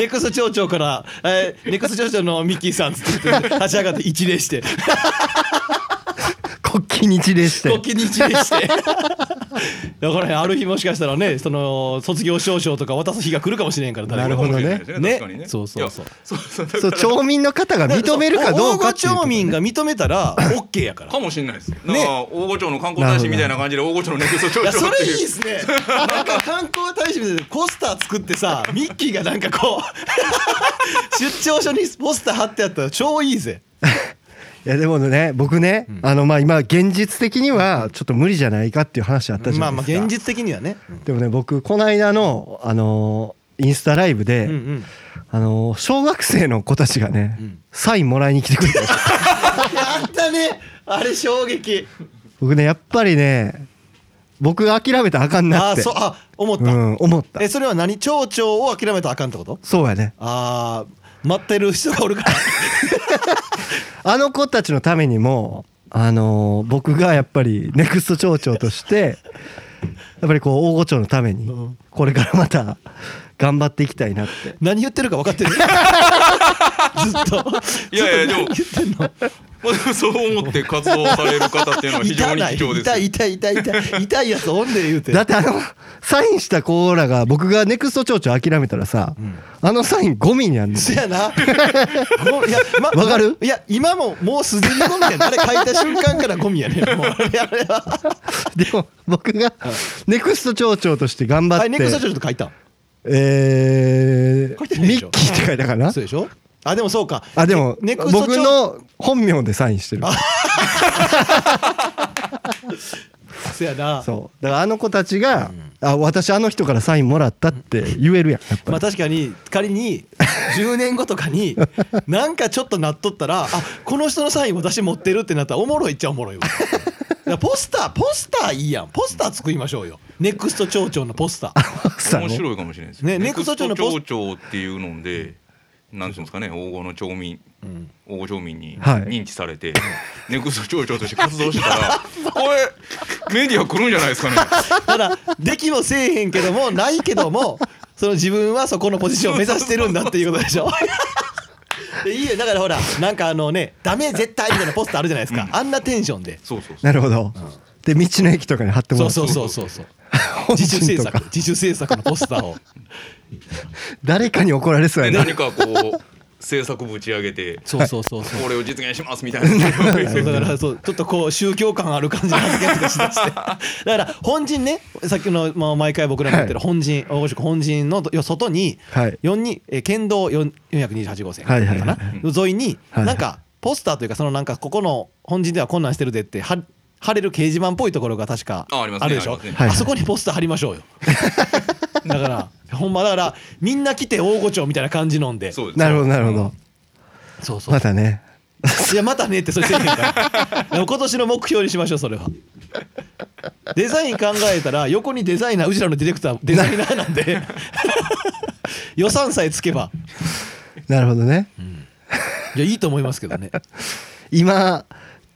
Speaker 2: ネクスト町長から、えーネクスト町長のミッキーさんつって言って立ち上がって一礼して
Speaker 3: 国旗に一礼して
Speaker 2: ご機に一礼してだからねある日もしかしたらねその卒業証書とか渡す日が来るかもしれんから誰
Speaker 3: な
Speaker 2: か
Speaker 3: るほどね
Speaker 2: ね
Speaker 4: 確かにね
Speaker 2: そうそうそう
Speaker 4: いやそうそうだ
Speaker 3: そう町民の方が認めるかどうかっていう
Speaker 2: 大
Speaker 3: と
Speaker 2: 御
Speaker 3: こ
Speaker 2: 町民が認めたら OK やから
Speaker 4: かもしれないです。ね、大御町の観光大使みたいな感じで大御町のネクスト
Speaker 2: い
Speaker 4: 町
Speaker 2: やそ
Speaker 4: 長っ
Speaker 2: れ
Speaker 4: て
Speaker 2: いい
Speaker 4: い
Speaker 2: で
Speaker 4: う。
Speaker 2: すねなんか観光大使みたいなポスター作ってさミッキーがなんかこう 出張所にポスター貼ってあったら超いいぜ
Speaker 3: いやでもね僕ね、あのまあ今現実的にはちょっと無理じゃないかっていう話あったじ
Speaker 2: ま
Speaker 3: ゃ
Speaker 2: あ
Speaker 3: な
Speaker 2: ま
Speaker 3: い
Speaker 2: あ
Speaker 3: ですか、
Speaker 2: 現実的にはね
Speaker 3: でもね僕この間のあのーインスタライブで、
Speaker 2: うんうん
Speaker 3: あのー小学生の子たちがね、
Speaker 2: ん
Speaker 3: サインもらいに来てくれ たんですよ
Speaker 2: やったねあれ衝撃
Speaker 3: 僕ねやっぱりね僕が諦めたらあかんな
Speaker 2: あ
Speaker 3: っ
Speaker 2: あ
Speaker 3: て
Speaker 2: そうあ思っ
Speaker 3: う
Speaker 2: た、
Speaker 3: ん思った
Speaker 2: えそれは何町長を諦めたらあかんってこと
Speaker 3: そうやね
Speaker 2: ああ待ってる人がおるから
Speaker 3: あの子たちのためにもあのー僕がやっぱりネクスト町長として やっぱりこう大御町のため
Speaker 2: う
Speaker 3: に
Speaker 2: ん
Speaker 3: これからまた頑張っていきたいなって
Speaker 2: 何言ってるか分かってるずっと
Speaker 4: いやいやでも
Speaker 2: ずっと何言ってんの
Speaker 4: まあでもそう思って活動される方っていうのは非常に貴重です
Speaker 2: 痛
Speaker 4: よ。
Speaker 2: い痛い痛い痛い痛い痛いやつおんで言うて
Speaker 3: だってあのサインした子らが僕がネクスト町長諦めたらさ、あのサインゴミになるの
Speaker 2: そやな。ごいや、ま
Speaker 3: わかる
Speaker 2: いや、今も、もうすでにゴミやねん。あれ書いた瞬間からゴミやねん。もう、あれ、あれは。
Speaker 3: でも僕がネクスト町長として頑張っ
Speaker 2: あ
Speaker 3: て、
Speaker 2: れ、ネクストちょっと書いたん。
Speaker 3: え
Speaker 2: 書いて
Speaker 3: ー、
Speaker 2: ないで
Speaker 3: ミ
Speaker 2: しょ
Speaker 3: ッキーって書いたかな
Speaker 2: そうでしょあ、でも、そうか。
Speaker 3: あでも
Speaker 2: ネクスト
Speaker 3: 僕
Speaker 2: ちょ
Speaker 3: の本名でサインしてる
Speaker 2: そやな。
Speaker 3: そうだからあの子たちが、あ私あの人 からサインもらったって言えるやんやっぱり、
Speaker 2: まあ確かに仮 に10年後とかになんかちょっとなっとったらあこの人のサイン私持ってるってなったらおもろいっちゃおも ろいわだからポスターポスターいいやんポスター作りましょうよネクスト町長のポスター
Speaker 3: さあ
Speaker 4: 面
Speaker 3: ね
Speaker 4: 白いかもしれないです
Speaker 2: ね
Speaker 4: ネクスト
Speaker 2: ネクスト
Speaker 4: 町長っていうので、なんていうんですかね、黄金の町民、黄金町民に
Speaker 3: はい
Speaker 4: 認知されて、ネクスト町長として活動してたら、これメディア来るんじゃないですかね。
Speaker 2: ただできもせえへんけどもないけどもその自分はそこのポジションを目指してるんだっていうことでし ょでいいよだからほらなんかあのね「ダメ絶対」みたいなポスターあるじゃないですか、あんなテンションで
Speaker 4: そうそうそう。
Speaker 3: なるほど、で道の駅とかに貼っても
Speaker 2: そ
Speaker 3: ら
Speaker 2: う
Speaker 3: って
Speaker 2: そうそうそうそう
Speaker 3: 本
Speaker 2: 自主
Speaker 3: 心
Speaker 2: 制
Speaker 3: とか
Speaker 2: 作自主制作のポスターを
Speaker 3: 誰かに怒られそう
Speaker 4: で
Speaker 3: やな
Speaker 4: 何かこう制作ぶち上げて、
Speaker 2: そうそうそうそう
Speaker 4: これを実現しますみたいな。
Speaker 2: そうだからそうちょっとこう宗教感ある感じの発言とかしだして だから本陣ねさっきの、まあ、毎回僕らが言ってる本陣大御所本陣のよ外に、
Speaker 3: はい
Speaker 2: 4にえー県道4 428号線か
Speaker 3: はい
Speaker 2: な、
Speaker 3: はいはい
Speaker 2: 沿いに、
Speaker 3: はい
Speaker 2: なんかポスターというかそのなんかここの本陣では困難してるでっては貼れる掲示板っぽいところが確か
Speaker 4: あありますね
Speaker 2: あるでしょ
Speaker 4: ありますね
Speaker 3: はいはい
Speaker 2: あそこにポスター貼りまし ょうよだからほんまだからみんな来て大御町みたいな感じなんで
Speaker 4: そうです
Speaker 3: なるほどなるほど、
Speaker 2: そうそう
Speaker 3: またね
Speaker 2: いやまたねってそれせえへんからでも今年の目標にしましょうそれはデザイン考えたら横にデザイナーうちらのディレクターデザイナーなんで予算さえつけば
Speaker 3: なるほどね
Speaker 2: いやいいと思いますけどね
Speaker 3: 今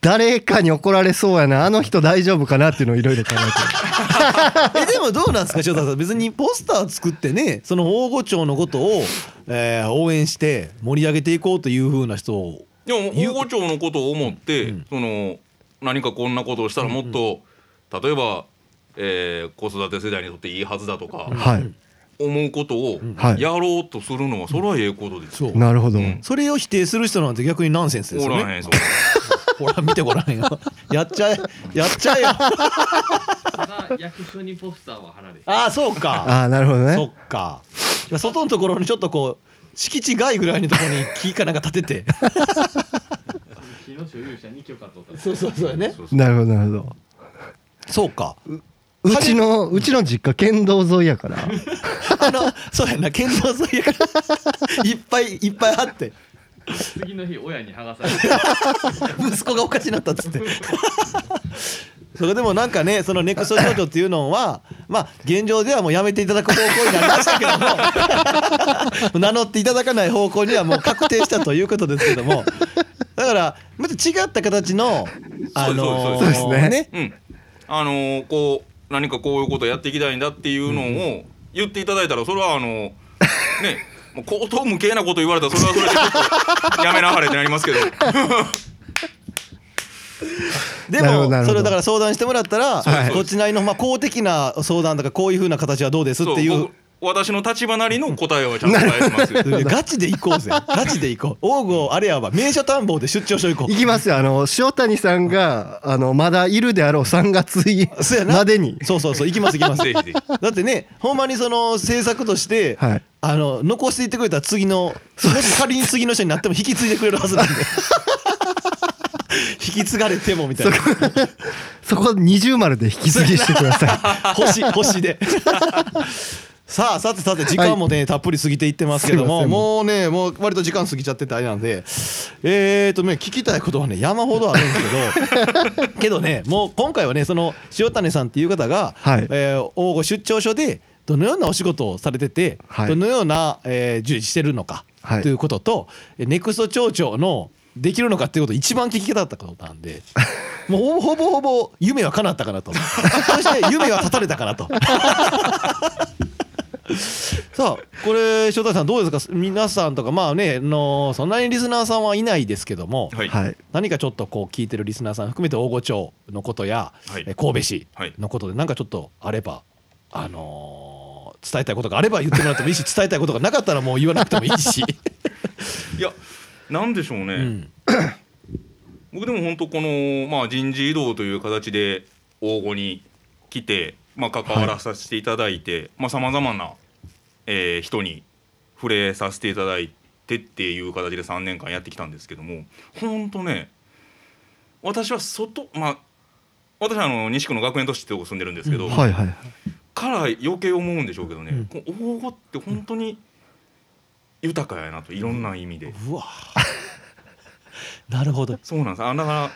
Speaker 3: 誰かに怒られそうやなあの人大丈夫かなっていうのをいろいろ考えてる
Speaker 2: えでもどうなんですか翔太さん別にポスター作ってねその大御町のことを、えー応援して盛り上げていこうというふうな人を
Speaker 4: でも大御町のことを思って、その何かこんなことをしたらもっと、例えば、えー子育て世代にとっていいはずだとか、
Speaker 3: はい
Speaker 4: 思うことを
Speaker 3: はい
Speaker 4: やろうとするのはそれはええことですよ。
Speaker 2: そ う
Speaker 3: なるほど、
Speaker 4: うん
Speaker 2: それを否定する人なんて逆にナンセンスです
Speaker 4: お
Speaker 2: よ
Speaker 4: ら
Speaker 2: ね
Speaker 4: へんそう
Speaker 2: ほら見てごらんよやっちゃえやっち ゃえよ
Speaker 5: ただ役所にポスターは貼られる
Speaker 2: ああそうか
Speaker 3: ああなるほど
Speaker 2: そっ
Speaker 3: ね
Speaker 2: か。いや外のところにちょっとこう敷地外ぐらいのところに木かなんか立てて。
Speaker 5: 木の所有者に許可取った
Speaker 2: そうそうそうね。
Speaker 3: なるほどなるほど
Speaker 2: そうか。
Speaker 3: うちのうちの実家県道沿いやから
Speaker 2: あのそうやな県道沿いやからいっぱいいっぱいあって
Speaker 5: 次の日親に剥がされる
Speaker 2: 息子がおかしなったっつって。それでもなんかねそのネクスト少女っていうのはまあ現状ではもうやめていただく方向になりましたけども名乗っていただかない方向にはもう確定したということですけどもだからまた違った形のあの
Speaker 4: そう
Speaker 3: ですそうですそうですね
Speaker 2: ね
Speaker 4: うん、あのーこう何かこういうことやっていきたいんだっていうのを言っていただいたらそれはあのね もう口頭無形なこと言われたらそれはそれでちょっとやめなはれってなります けど
Speaker 2: で
Speaker 3: なるほどなるほ
Speaker 2: も
Speaker 3: ど
Speaker 2: それをだから相談してもらったら
Speaker 3: そうです
Speaker 2: こっちなりのまあ公的な相談とかこういうふうな形はどうですっていう
Speaker 4: 僕私の立場なりの答えはちゃんと返し ますよ
Speaker 2: ガチで行 こうぜガチで行こう王吾あれやば名所探訪で出張所行こ
Speaker 3: 行きますよあの塩谷さんがあのまだいるであろう3月
Speaker 2: うそうやな
Speaker 3: までに
Speaker 2: そうそうそう行きます行き ます
Speaker 4: ぜひぜひ
Speaker 2: だってねほんまにその政策として、
Speaker 3: はい
Speaker 2: あの残していってくれたら次のもし仮に次の人になっても引き継いでくれるはず なんで引き継がれてもみたいな
Speaker 3: そこ二重丸で引き継ぎしてくださ
Speaker 2: 星 星でさあさてさて時間もね、たっぷり過ぎていってますけど
Speaker 3: すいま
Speaker 2: も
Speaker 3: せん
Speaker 2: もうねもう割と時間過ぎちゃっててあれなんでえーとね聞きたいことはね山ほどあるんです けどけどねもう今回はねその塩谷さんっていう方が、
Speaker 3: はい
Speaker 2: えー応募出張所でどのようなお仕事をされてて、
Speaker 3: はい
Speaker 2: どのような、えー従事してるのか、
Speaker 3: はい。
Speaker 2: ということとえネクスト町長のできるのかっていうこと一番聞きたかったことなんでもうほぼほぼ夢は叶ったかなとそして夢は絶たれたかなと さあこれ塩谷さんどうですか皆さんとかまあねあのそんなにリスナーさんはいないですけども、
Speaker 4: はいい、
Speaker 3: はい。
Speaker 2: 何かちょっとこう聞いてるリスナーさん含めて大御町のことや、
Speaker 4: はい
Speaker 2: え神戸市
Speaker 4: はい
Speaker 2: のことで何かちょっとあれば、あのー伝えたいことがあれば言ってもらってもいいし伝えたいことがなかったらもう言わなくてもいい し、
Speaker 4: いやなんでしょうね、
Speaker 2: うん
Speaker 4: 僕でも本当この、まあ、人事異動という形で応募に来て、まあ、関わらさせていただいてさまざ、まな、えー人に触れさせていただいてっていう形で3年間やってきたんですけども本当ね私は外まあ私はあの西区の学園都市ってとこ住んでるんですけど、
Speaker 3: はいはい。
Speaker 4: から余計思うんでしょうけどね、
Speaker 2: うん
Speaker 4: こう応募って本当に豊かやなといろんな意味で。
Speaker 2: うわ なるほど
Speaker 4: そうなんですあだか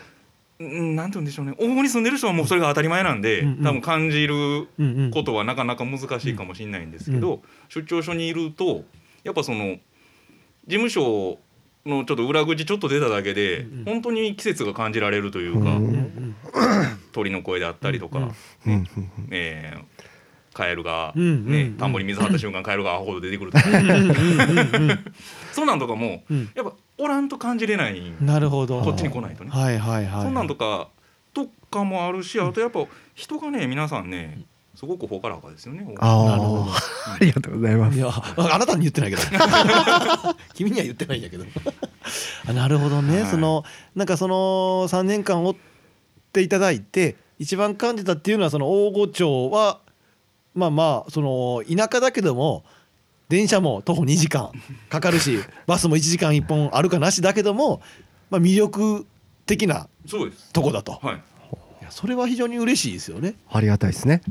Speaker 4: らんなんて言うんでしょうね大郷に住んでる人はもうそれが当たり前なんで、
Speaker 2: うんうん
Speaker 4: 多分感じる
Speaker 2: うんうん
Speaker 4: ことはなかなか難しいかもしれないんですけど、出張所にいるとやっぱその事務所のちょっと裏口ちょっと出ただけで、
Speaker 2: うんうん
Speaker 4: 本当に季節が感じられるというか、
Speaker 3: うん
Speaker 2: うん
Speaker 4: 鳥の声であったりとか、
Speaker 2: うんうん
Speaker 3: うんうん
Speaker 4: えーカエルが、
Speaker 2: うんうん
Speaker 4: ね
Speaker 2: うん
Speaker 4: 田んぼに水張った瞬間カエルがアホほど出てくる とか
Speaker 2: うんうん
Speaker 4: そうなんとかも
Speaker 2: うん
Speaker 4: やっぱおらんと感じれない
Speaker 2: うんなるほど
Speaker 4: こっちに来ないとね。
Speaker 2: はいはいはい
Speaker 4: そんなんとかとかもあるしあとやっぱ人がね皆さんねすごくほからかですよね。
Speaker 2: なるほど
Speaker 3: ああ。ありがとうございま
Speaker 2: い
Speaker 3: す。
Speaker 2: やあなたに言ってないけど 君には言ってないんだけどあなるほどね、
Speaker 4: はい
Speaker 2: そのなんかその3年間追っていただいて一番感じたっていうのはその大御町はまあまあその田舎だけども電車も徒歩2時間かかるし バスも1時間1本あるかなしだけども、まあ、魅力的な
Speaker 4: そうです。
Speaker 2: とこだと、
Speaker 4: はい。
Speaker 2: いやそれは非常に嬉しいですよね。
Speaker 3: ありがたいですね。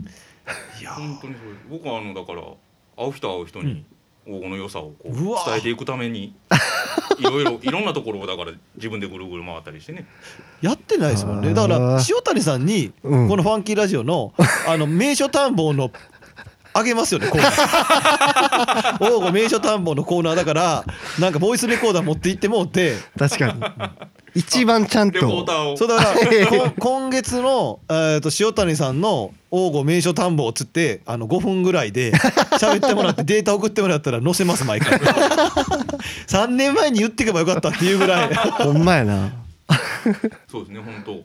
Speaker 2: いや
Speaker 4: 本当にそうです。僕はあのだから会う人会う人に黄金の良さをこう
Speaker 2: うわ
Speaker 4: 伝えていくた めにいろいろいろんなところをだから自分でぐるぐる回ったりしてね。
Speaker 2: やってないですもんねだか
Speaker 3: あ
Speaker 2: ら
Speaker 3: ー
Speaker 2: 塩谷さんにこ
Speaker 3: うん
Speaker 2: の「ファンキーラジ オの」あの名所探訪のあげますよねコーナー王吾名所探訪のコーナーだからなんかボイスレコーダー持って行ってもうて
Speaker 3: 確かに。一番ちゃん
Speaker 4: レポ
Speaker 3: と
Speaker 4: ータ。ーを
Speaker 2: そう だからこん今月の、えー、と塩谷さんの「王吾名所探訪」っつってあの5分ぐらいで喋って もらってデータ送ってもらったら載せます毎回3年前に言ってけばよかったっていう ぐらい
Speaker 3: ほんまやな。
Speaker 4: そうですね本当。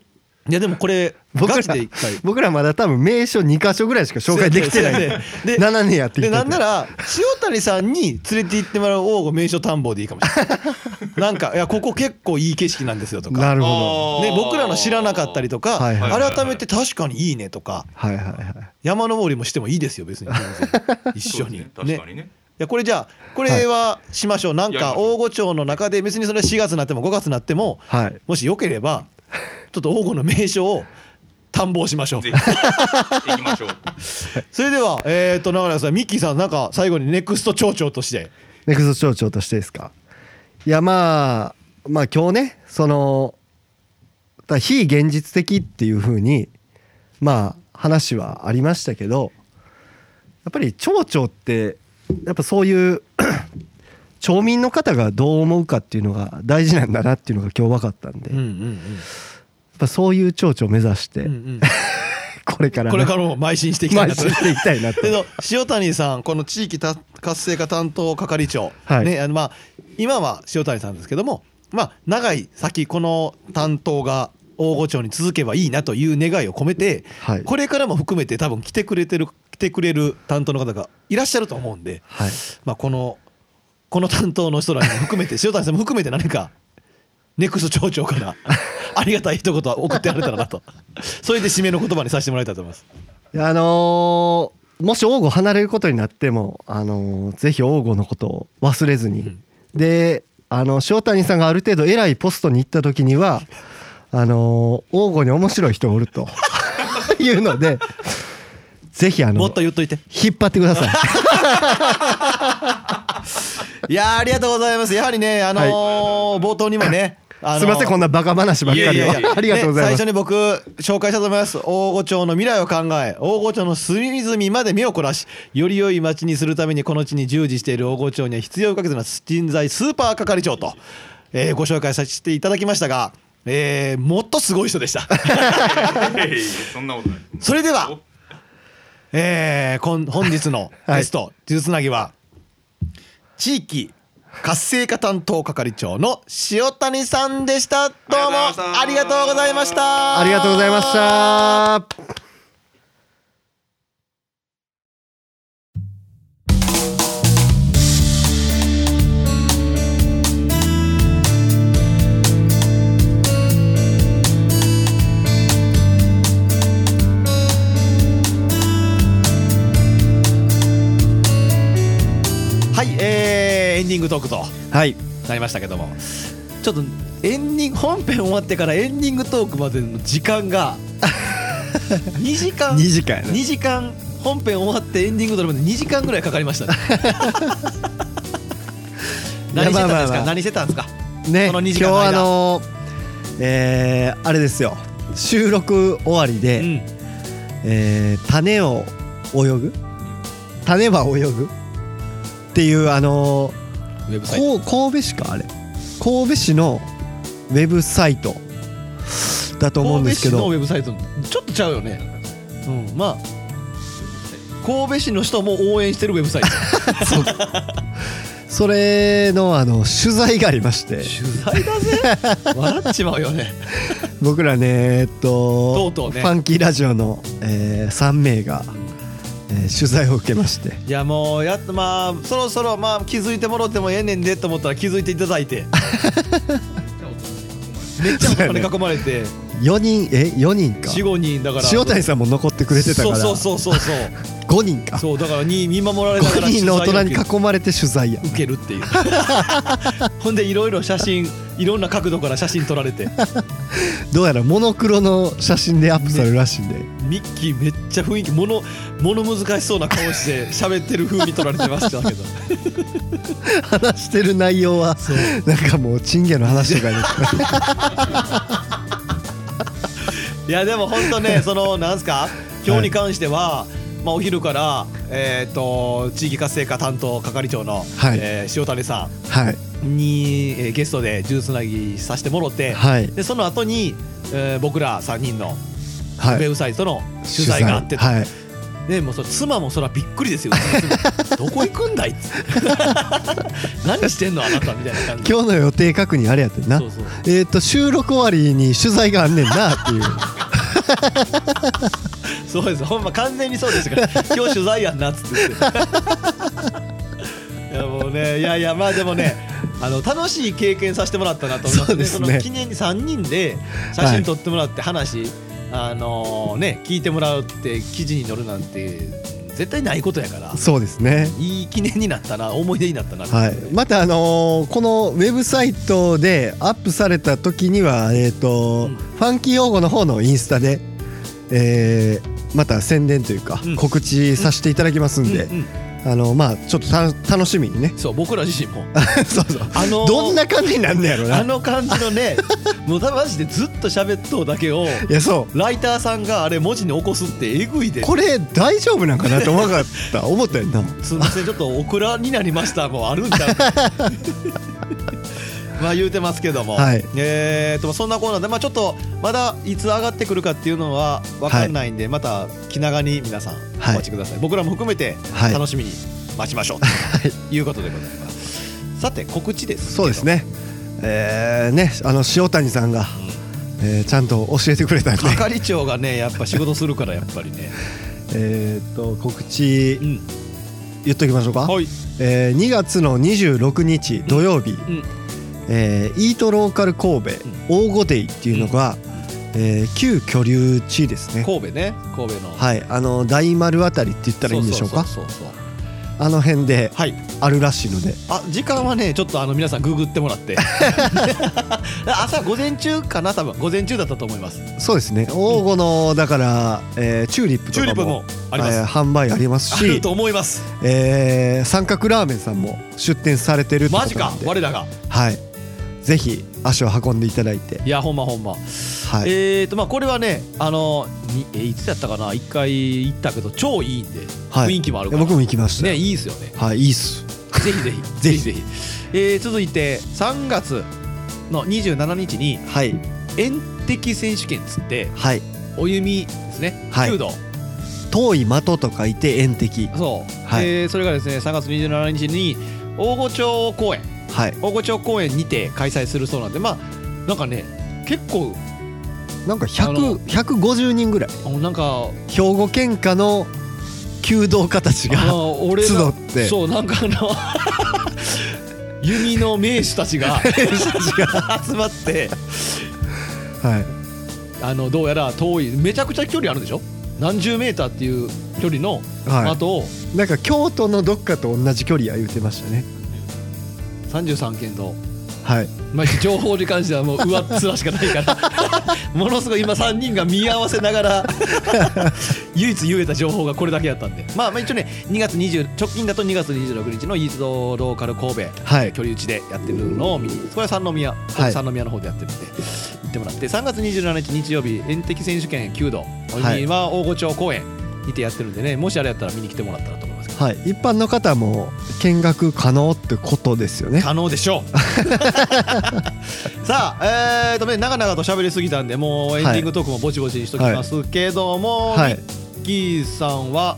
Speaker 2: いやでもこれ
Speaker 3: 僕
Speaker 2: ガチ
Speaker 3: ら
Speaker 2: で一回
Speaker 3: 僕らまだ多分名所2箇所ぐらいしか紹介できてな
Speaker 2: そうや
Speaker 3: い
Speaker 2: ね。で
Speaker 3: 7年やってきてて。
Speaker 2: でなんなら塩谷さんに連れて行ってもらう王吾名所探訪でいいかもしれない なんかいやここ結構いい景色なんですよとか
Speaker 3: なるほ
Speaker 2: ね、僕らの知らなかったりとか、
Speaker 3: はいはいはい
Speaker 4: はい
Speaker 2: 改めて確かにいいねとか
Speaker 3: ど。はいはいはい。
Speaker 2: 山登りもしてもいいですよ別に 全然一緒に
Speaker 4: ね。確かにね。
Speaker 2: いやこれじゃあこれはしましょう、なんか大御町の中で別にそれ4月になっても5月になっても
Speaker 3: はい。
Speaker 2: もしよければちょっと王吾の名所を探訪しましょう
Speaker 4: ぜひ行きましょう。
Speaker 2: それではえっ、と長良さんミッキーさんなんか最後にネクスト町長として
Speaker 3: ネクスト町長としてですかいやまあまあ今日ねそのだ非現実的っていう風にまあ話はありましたけどやっぱり町長ってやっぱそういう 町民の方がどう思うかっていうのが大事なんだなっていうのが今日分かったんで、
Speaker 2: うん
Speaker 3: やっぱそういう町長を目指して、
Speaker 2: うんうんうん
Speaker 3: これから
Speaker 2: これかららも邁進していきたい
Speaker 3: 毎
Speaker 2: なと
Speaker 3: 週していきた いなと
Speaker 2: での塩谷さんこの地域た活性化担当係長、
Speaker 3: はい
Speaker 2: ねあのまあ、今は塩谷さんですけども、まあ、長い先この担当が大御町に続けばいいなという願いを込めて
Speaker 3: はい
Speaker 2: これからも含めて多分来てくれてる来てくれる担当の方がいらっしゃると思うんで、
Speaker 3: はい
Speaker 2: まあ、このこの担当の人らにも含めて 塩谷さんも含めて何かネクスト町長から ありがたい一言は送ってやれたらなとそれで締めの言葉にさせてもらいたいと思います。
Speaker 3: いやあのーもし王吾離れることになっても、あのーぜひ王吾のことを忘れずに、であの塩谷さんがある程度偉いポストに行った時にはあのー王吾に面白い人がおる というのでぜひあの
Speaker 2: もっと言っといて
Speaker 3: 引っ張ってください
Speaker 2: いやーありがとうございます。やはりね、あのー冒頭にもね、 あのー
Speaker 3: すいませんこんなバカ話ばっか
Speaker 4: い
Speaker 3: り
Speaker 4: やい
Speaker 3: を
Speaker 4: やいや
Speaker 3: ありがとうござい
Speaker 2: ね
Speaker 3: ます、
Speaker 2: 最初に僕紹介したと思います大御町の未来を考え大御町の隅々まで目を凝らしより良い町にするためにこの地に従事している大御町には必要不可欠な人材スーパー係長と、えーご紹介させていただきましたが、えーもっとすごい人でした。
Speaker 4: いやいやそんなことない。
Speaker 2: それではえー、こん本日 のゲスト「呪術つなぎ」は地域活性化担当係長の塩谷さんでしたどうもあ
Speaker 4: あ
Speaker 2: り
Speaker 4: り
Speaker 2: が
Speaker 4: が
Speaker 2: と
Speaker 4: と
Speaker 2: う
Speaker 4: う
Speaker 2: ご
Speaker 4: ご
Speaker 2: ざ
Speaker 4: ざ
Speaker 2: い
Speaker 4: い
Speaker 2: ま
Speaker 4: ま
Speaker 2: し
Speaker 4: したた
Speaker 3: ありがとうございました
Speaker 2: はいえー、エンディングトークと
Speaker 3: はい
Speaker 2: なりましたけどもちょっとエンディング本編終わってからエンディングトークまでの時 間が2時間
Speaker 3: 2時間やな
Speaker 2: 2時間本編終わってエンディングドラマで2時間ぐらいかかりました ね何して
Speaker 3: い
Speaker 2: たん
Speaker 3: やまあま
Speaker 2: で
Speaker 3: あ
Speaker 2: す
Speaker 3: ま
Speaker 2: か
Speaker 3: あ
Speaker 2: 何してたんですか
Speaker 3: ね、
Speaker 2: この二時
Speaker 3: 今
Speaker 2: 間
Speaker 3: 日
Speaker 2: の間
Speaker 3: あのえーあれですよ収録終わりで、
Speaker 2: うん
Speaker 3: えー種を泳ぐ種は泳ぐっていうあの
Speaker 2: ウェブサイト
Speaker 3: こう神戸市かあれ神戸市のウェブサイトだと思うんですけ
Speaker 2: 神戸市のウ
Speaker 3: ど
Speaker 2: ェブサイトちょっとちゃうよね、うん、まあ神戸市の人も応援してるウェブサイト
Speaker 3: それのあの取材がありまして
Speaker 2: 取材だぜ笑っちまうよね
Speaker 3: 僕らねえっ
Speaker 2: と
Speaker 3: と
Speaker 2: うとうね
Speaker 3: ファンキーラジオの、え3名が、えー取材を受けまして
Speaker 2: いやもうやっとまあそろそろまあ気づいてもろってもええねんでと思ったら気づいていただ いてめっちゃお金囲まれて
Speaker 3: 4人え4人か
Speaker 2: 45人だから
Speaker 3: 塩谷さんも残ってくれてたから
Speaker 2: そうそうそうそう
Speaker 3: 5人か
Speaker 2: そうだからに見守られながら
Speaker 3: 5人の大人に
Speaker 2: 取材を受け
Speaker 3: 囲まれて取材や
Speaker 2: 受けるっていう ほんでいろいろ写真いろんな角度から写真撮られて
Speaker 3: どうやらモノクロの写真でアップされるらしいんで、
Speaker 2: ミッキーめっちゃ雰囲気ものもの難しそうな顔して喋ってる風に撮られてました けど
Speaker 3: 話してる内容は
Speaker 2: そう
Speaker 3: なんかもう賃金の話とか で
Speaker 2: いやでも本当 ねそのなんすか今日に関しては、まあ、お昼から、えー、と地域活性化担当係長の、
Speaker 3: はい
Speaker 2: えー塩谷さ
Speaker 3: はい
Speaker 2: んに、えーゲストで銃つなぎさせてもろて、
Speaker 3: はい
Speaker 2: でその後に、えー僕ら3人のウ
Speaker 3: は
Speaker 2: ェ
Speaker 3: い
Speaker 2: ブサイトの取材があってと、
Speaker 3: はい
Speaker 2: でもうそれ妻もそれはびっく りですよ妻どこ行くんだいっつって 何してんのあなたみたいな感じで
Speaker 3: 今日の予定確認あれやってんな
Speaker 2: そうそう
Speaker 3: えっ、と収録終わりに取材があんねんなっていう
Speaker 2: そうですほんま完全にそうで すから今日取材やんなっつって言っていやもうねいやいやまあでもねあの楽しい経験させてもらったなと思いま
Speaker 3: そ
Speaker 2: す
Speaker 3: うですね
Speaker 2: の記念に3人で写真撮ってもらって話、あのね聞いてもらうって記事に載るなんて絶対ないことやから
Speaker 3: そうですね
Speaker 2: いい記念になったな思い出になったなと思
Speaker 3: は
Speaker 2: っ
Speaker 3: い
Speaker 2: て、、
Speaker 3: またあのーこのウェブサイトでアップされた時には、えーと
Speaker 2: うん
Speaker 3: ファンキー用語の方のインスタで、えーまた宣伝というか、
Speaker 2: うん
Speaker 3: 告知させていただきますんで、
Speaker 2: うんうん
Speaker 3: あのまあちょっとた楽しみにね
Speaker 2: そう僕ら自身も
Speaker 3: そうそう
Speaker 2: あのー
Speaker 3: どんな感じになんねやろ
Speaker 2: あ
Speaker 3: な
Speaker 2: の感じのねもうマジでずっと喋っとうだけを
Speaker 3: いやそ
Speaker 2: ライターさんがあれ文字に起こすってえぐいで
Speaker 3: うこれ大丈夫なんかなって思わなか った思ったよな
Speaker 2: すみませんちょっとオクラになりましたもうあるんだまあ言うてますけども、
Speaker 3: はい
Speaker 2: えーとそんなコーナーで、まあ、ちょっとまだいつ上がってくるかっていうのは分かんないんで、また気長に皆さんお
Speaker 3: はい
Speaker 2: 待ちください、僕らも含めて
Speaker 3: はい
Speaker 2: 楽しみに待ちましょうということでございます、さて告知ですけど
Speaker 3: そうですね。えー、ね、あの塩谷さんが、えー、ちゃんと教えてくれたんで、
Speaker 2: 係長がねやっぱ仕事するからやっぱりね、
Speaker 3: えーっと告知
Speaker 2: うん、
Speaker 3: 言っときましょうか。
Speaker 2: はい
Speaker 3: えー、2月の26日土曜日、
Speaker 2: ん
Speaker 3: えーイートローカル神戸大御デイっていうのが、えー旧居留地ですね。
Speaker 2: 神戸ね神戸の
Speaker 3: はい、あの大丸あたりって言ったらいいんでしょうか。
Speaker 2: そうそうそうそう
Speaker 3: あの辺で
Speaker 2: はい
Speaker 3: あるらしいので、
Speaker 2: あ時間はねちょっとあの皆さんググってもらって 朝午前中かな多分午前中だったと思います
Speaker 3: そうですね。大御のだから、えーチューリップと
Speaker 2: チューリ
Speaker 3: か
Speaker 2: ップ
Speaker 3: も
Speaker 2: もあります、
Speaker 3: えー販売あります
Speaker 2: ある
Speaker 3: し
Speaker 2: と、思います
Speaker 3: えー三角ラーメンさんも出店されてるってこ
Speaker 2: マ
Speaker 3: と
Speaker 2: ジ
Speaker 3: な
Speaker 2: か
Speaker 3: んで、
Speaker 2: 我らが
Speaker 3: はい、ぜひ足を運んでいただいて、
Speaker 2: いやほんまほんま、
Speaker 3: はい、
Speaker 2: えーとまあこれはねあのにえいつやったかな一回行ったけど超いいんで、
Speaker 3: はい
Speaker 2: 雰囲気もあるから
Speaker 3: 僕も行きました。
Speaker 2: ねいいですよね
Speaker 3: はい、いいっす。
Speaker 2: ぜひぜひ
Speaker 3: ぜ
Speaker 2: ぜ
Speaker 3: ひ
Speaker 2: ひぜひ、えー続いて3月の27日に
Speaker 3: はい、
Speaker 2: 遠敵選手権っつって
Speaker 3: はい、
Speaker 2: お弓ですね、
Speaker 3: はい
Speaker 2: 弓道
Speaker 3: 遠い的と書いて遠敵。
Speaker 2: そう、
Speaker 3: はい
Speaker 2: えーそれがですね3月27日に大御町公園
Speaker 3: はい、
Speaker 2: 大御町公園にて開催するそうなんでまあなんかね結構
Speaker 3: なんか
Speaker 2: あの
Speaker 3: 100 150人ぐらい。
Speaker 2: あなんか
Speaker 3: 兵庫県下の弓道家たち
Speaker 2: あ
Speaker 3: が
Speaker 2: の 俺
Speaker 3: 集
Speaker 2: の
Speaker 3: って、
Speaker 2: そうなんかあの 弓の 名手たちが集まって
Speaker 3: はい、
Speaker 2: あのどうやら遠いめちゃくちゃ距離あるんでしょ何十メーターっていう距離の
Speaker 3: は
Speaker 2: 的を
Speaker 3: い、なんか京都のどっかと同じ距離や言ってましたね。
Speaker 2: 33県と、
Speaker 3: はい、
Speaker 2: まあ、情報に関して はもう上っ面しかないから ものすごい今3人が見合わせなが ら唯一言えた情報がこれだけやったんでまあまあ一応ね2月20直近だと2月26日のイーストローカル神戸
Speaker 3: はい、
Speaker 2: 距離打ちでやってるのを見にこれは三宮、
Speaker 3: はい
Speaker 2: 三宮の方でやってるんで行ってもらって3月27日日曜日遠敵選手権9度
Speaker 3: は
Speaker 2: はい大御町公園にてやってるんでねもしあれやったら見に来てもらったらと思いますけど
Speaker 3: はい、一般の方も見学可能ってことですよね。
Speaker 2: 可能でしょ うさあえーとね長々と喋りすぎたんでもうエンディングトークもぼちぼちにしときますけども、
Speaker 3: はい、
Speaker 2: ミッキーさんは、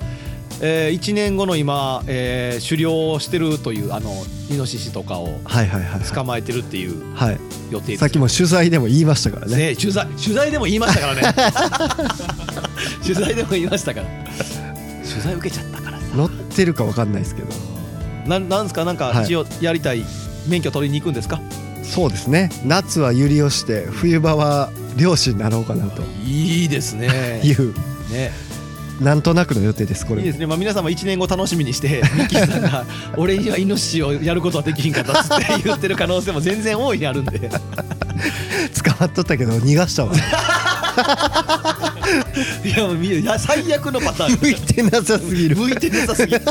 Speaker 2: え1年後の今、えー狩猟をしてるというあのイノシシとかを
Speaker 3: はい、はい、はい、
Speaker 2: 捕まえてるっていう
Speaker 3: はい。
Speaker 2: 予定です
Speaker 3: さっきも取材でも言いましたからね。
Speaker 2: ね、取材取材でも言いましたからね 取材でも言いましたから取材受けちゃったからさ
Speaker 3: 乗ってるかわかんないですけど。
Speaker 2: なんなんですかなん
Speaker 3: は
Speaker 2: か
Speaker 3: い
Speaker 2: 一応やりたい免許取りに行くんですか、
Speaker 3: そうですね。夏はユリをして、冬場は漁師になろうかなと
Speaker 2: いいですね
Speaker 3: いう。
Speaker 2: ね
Speaker 3: なんとなくの予定です。こ
Speaker 2: い
Speaker 3: れ
Speaker 2: いですね、まあ、皆さんも1年後楽しみにして ミッキーさんが「俺にはイノシシをやることはできひんかった」っつって言ってる可能性も全然大いにあるんで
Speaker 3: 捕まっとったけど、逃がしたわ。
Speaker 2: いやもうみいや最悪のパターン
Speaker 3: 向いてなさすぎる。
Speaker 2: 向いてなさすぎる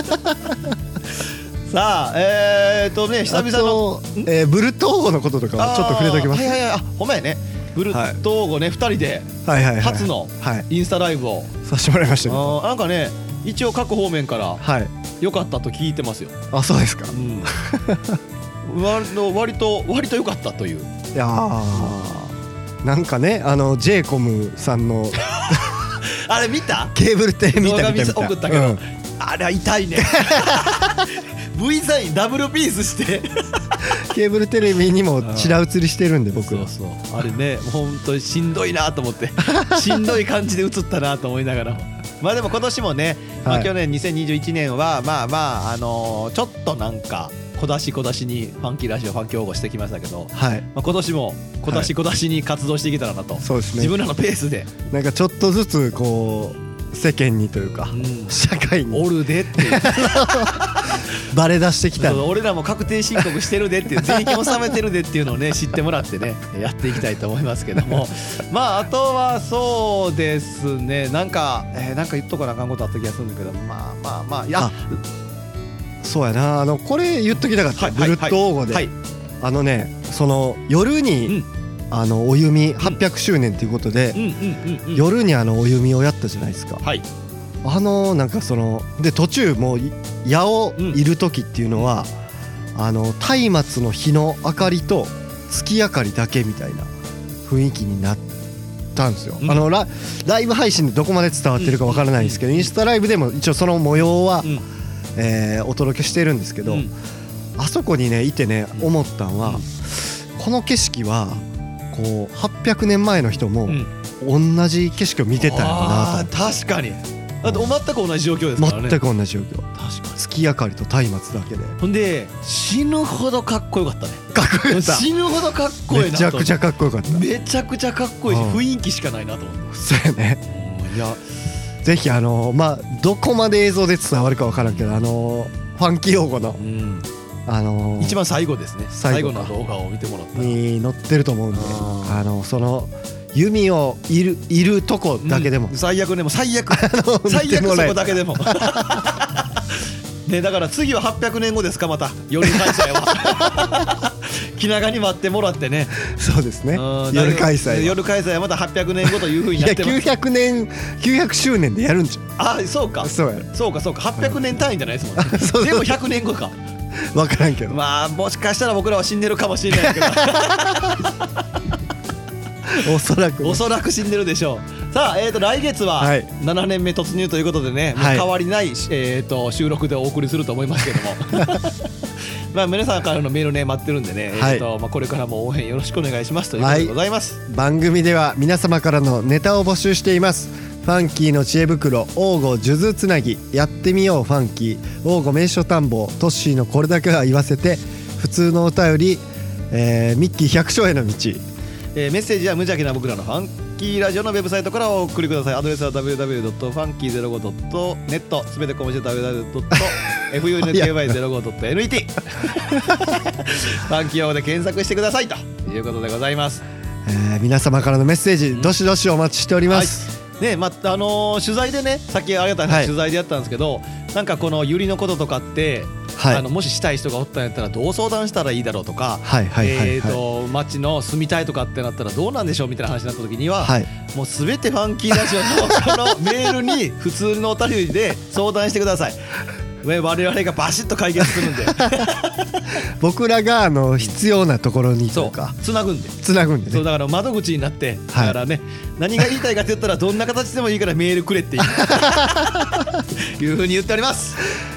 Speaker 2: さあえー、っとね久々の
Speaker 3: あとえーブルトーゴのこととかはちょっと触れておきます。
Speaker 2: あー
Speaker 3: は
Speaker 2: はいいはいはい、あほんまやね。ブル
Speaker 3: はい
Speaker 2: ットーゴね、二人で
Speaker 3: はいはい。
Speaker 2: 初の
Speaker 3: はい。
Speaker 2: インスタライブを。
Speaker 3: させてもらいましたけど。
Speaker 2: あーなんかね、一応各方面から
Speaker 3: はい。
Speaker 2: 良かったと聞いてますよ。
Speaker 3: あ、そうですか。
Speaker 2: うん 割と割と割と良かったという。
Speaker 3: いやーなんかね、あの J コムさんの
Speaker 2: あれ見た？
Speaker 3: ケーブルテレビ見た見た見
Speaker 2: 動画見せ送ったけどあれは痛 いね。V サインダブルピースして。
Speaker 3: ケーブルテレビに もちら映りしてるんで僕
Speaker 2: そうそう。あれね、もう本当にしんどいなと思って、しんどい感じで映ったなと思いながらも。まあでも今年もね、ま
Speaker 3: は
Speaker 2: あ、
Speaker 3: い
Speaker 2: 去年2021年はまあまあ、あのーちょっとなんか小出し小出しにファンキーラジオファン競合してきましたけど、
Speaker 3: はい
Speaker 2: まあ、今年も小出し小出しに活動していけたらなと、
Speaker 3: そうです
Speaker 2: 自
Speaker 3: ね
Speaker 2: 分らのペースで、
Speaker 3: なんかちょっとずつこう世間にというか社会に
Speaker 2: おるでっていう
Speaker 3: バレ出してきた
Speaker 2: そう俺らも確定申告してるで っていう税金納めてるでっていうのをね知ってもらってねやっていきたいと思いますけど もまああとはそうですねなんか、えーなんか言っとかなあかんことあった気がするんだけどまあまあまあいや
Speaker 3: あそうやなあのこれ言っときたかった、
Speaker 2: はい
Speaker 3: ブルット王語で、
Speaker 2: はい
Speaker 3: あのねその夜に、
Speaker 2: うん
Speaker 3: あのお弓800周年ということで
Speaker 2: う、んうんうんうん
Speaker 3: 夜にあのお弓をやったじゃないですか
Speaker 2: はい
Speaker 3: あのなんかそので途中もうい矢を
Speaker 2: うん
Speaker 3: いる時っていうのは、あの松明の火の明かりと月明かりだけみたいな雰囲気になったんですよ、
Speaker 2: うん
Speaker 3: あのラライブ配信でどこまで伝わってるかわからないんですけど、インスタライブでも一応その模様は、
Speaker 2: うん
Speaker 3: えーお届けしてるんですけど、
Speaker 2: うん
Speaker 3: あそこにねいてね
Speaker 2: うん
Speaker 3: 思ったんは、
Speaker 2: うん
Speaker 3: この景色はこう800年前の人も
Speaker 2: うん
Speaker 3: 同じ景色を見てたんやろうな
Speaker 2: あー確かにだってお全く同じ状況です
Speaker 3: と
Speaker 2: から
Speaker 3: 思
Speaker 2: ね
Speaker 3: う全く同じ状況
Speaker 2: 確かに
Speaker 3: 月明かりと松明だけで
Speaker 2: ほんで死ぬほどかっこよかったね
Speaker 3: かっこよかった
Speaker 2: 死ぬほどかっこいい
Speaker 3: め
Speaker 2: な
Speaker 3: ち
Speaker 2: と
Speaker 3: ゃくちゃかっこよかった
Speaker 2: めちゃくちゃかっこいいし
Speaker 3: うん
Speaker 2: 雰囲気しかないなと思って
Speaker 3: そうやね
Speaker 2: いや
Speaker 3: ぜひあのまあどこまで映像で伝わるか分からんけどあのファンキー用語の
Speaker 2: うん
Speaker 3: あの
Speaker 2: 一番最後ですね最
Speaker 3: 最
Speaker 2: 後
Speaker 3: 後
Speaker 2: の動画を見てもらったら
Speaker 3: に載ってると思うんで
Speaker 2: あー
Speaker 3: あのその弓をいるいるとこだけでも
Speaker 2: うん、最悪でも 最悪
Speaker 3: 見
Speaker 2: 最
Speaker 3: て
Speaker 2: 悪
Speaker 3: もら
Speaker 2: そ
Speaker 3: え
Speaker 2: こだけでもねだから次は800年後ですかまたより開催は 気長に待ってもらってね
Speaker 3: そうですね
Speaker 2: うん
Speaker 3: 夜開催は
Speaker 2: 夜開催はまた800年後というふうに
Speaker 3: い
Speaker 2: な
Speaker 3: や
Speaker 2: ってます
Speaker 3: 900年900周年でやるんじ
Speaker 2: あそうか
Speaker 3: ゃんそうやろ
Speaker 2: そうかそうか800年単位じゃないですもんね
Speaker 3: そう
Speaker 2: でも100年後か
Speaker 3: 分からんけど
Speaker 2: まあもしかしたら僕らは死んでるかもしれないけど
Speaker 3: おそらくね
Speaker 2: おそらく死んでるでしょうさあ、えー、と来月は
Speaker 3: はい
Speaker 2: 7年目突入ということでね、もう
Speaker 3: はい
Speaker 2: 変わりない、えー、と収録でお送りすると思いますけど もまあ皆さんからのメールね待ってるんでね、
Speaker 3: はい
Speaker 2: えーとまあ、これからも応援よろしくお願いしますということでございます、
Speaker 3: 番組では皆様からのネタを募集していますファンキーの知恵袋王吾数珠つなぎやってみようファンキー王吾名所探訪トッシーのこれだけは言わせて普通のお便り、えーミッキー百姓への道
Speaker 2: えーメッセージは無邪気な僕らのファンキーラジオのウェブサイトからお送りくださいアドレスは www.funky05.net すべて小文字で www.funky05.net ファンキー用語で検索してくださいということでございます
Speaker 3: えー皆様からのメッセージどしどしお待ちしております、
Speaker 2: はい、ねまあのー取材でねさっきありがたい話、
Speaker 3: はい
Speaker 2: 取材でやったんですけどなんかこのユリのこととかって、
Speaker 3: はい
Speaker 2: あのもししたい人がおったんやったらどう相談したらいいだろうとか、
Speaker 3: はいはいはい
Speaker 2: えー
Speaker 3: はい
Speaker 2: と町の住みたいとかってなったらどうなんでしょうみたいな話になった時には、
Speaker 3: はい
Speaker 2: もうすべてファンキーラジオのこのメールに普通のお便りで相談してくだ さい。ね我々がバシッと解決するんで
Speaker 3: 僕らがあの必要なところにと
Speaker 2: そ
Speaker 3: いうか
Speaker 2: うつなぐんで。
Speaker 3: つなぐんで
Speaker 2: そう
Speaker 3: ね
Speaker 2: だから窓口になって、
Speaker 3: はい
Speaker 2: だからね何が言いたいかって言ったらどんな形でもいいからメールくれっていう いうふうに言っております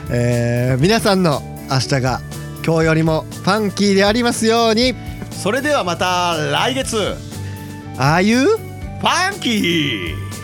Speaker 3: えー皆さんの明日が今日よりもファンキーでありますように
Speaker 2: それではまた来月フ
Speaker 3: ああいう
Speaker 2: ァンキー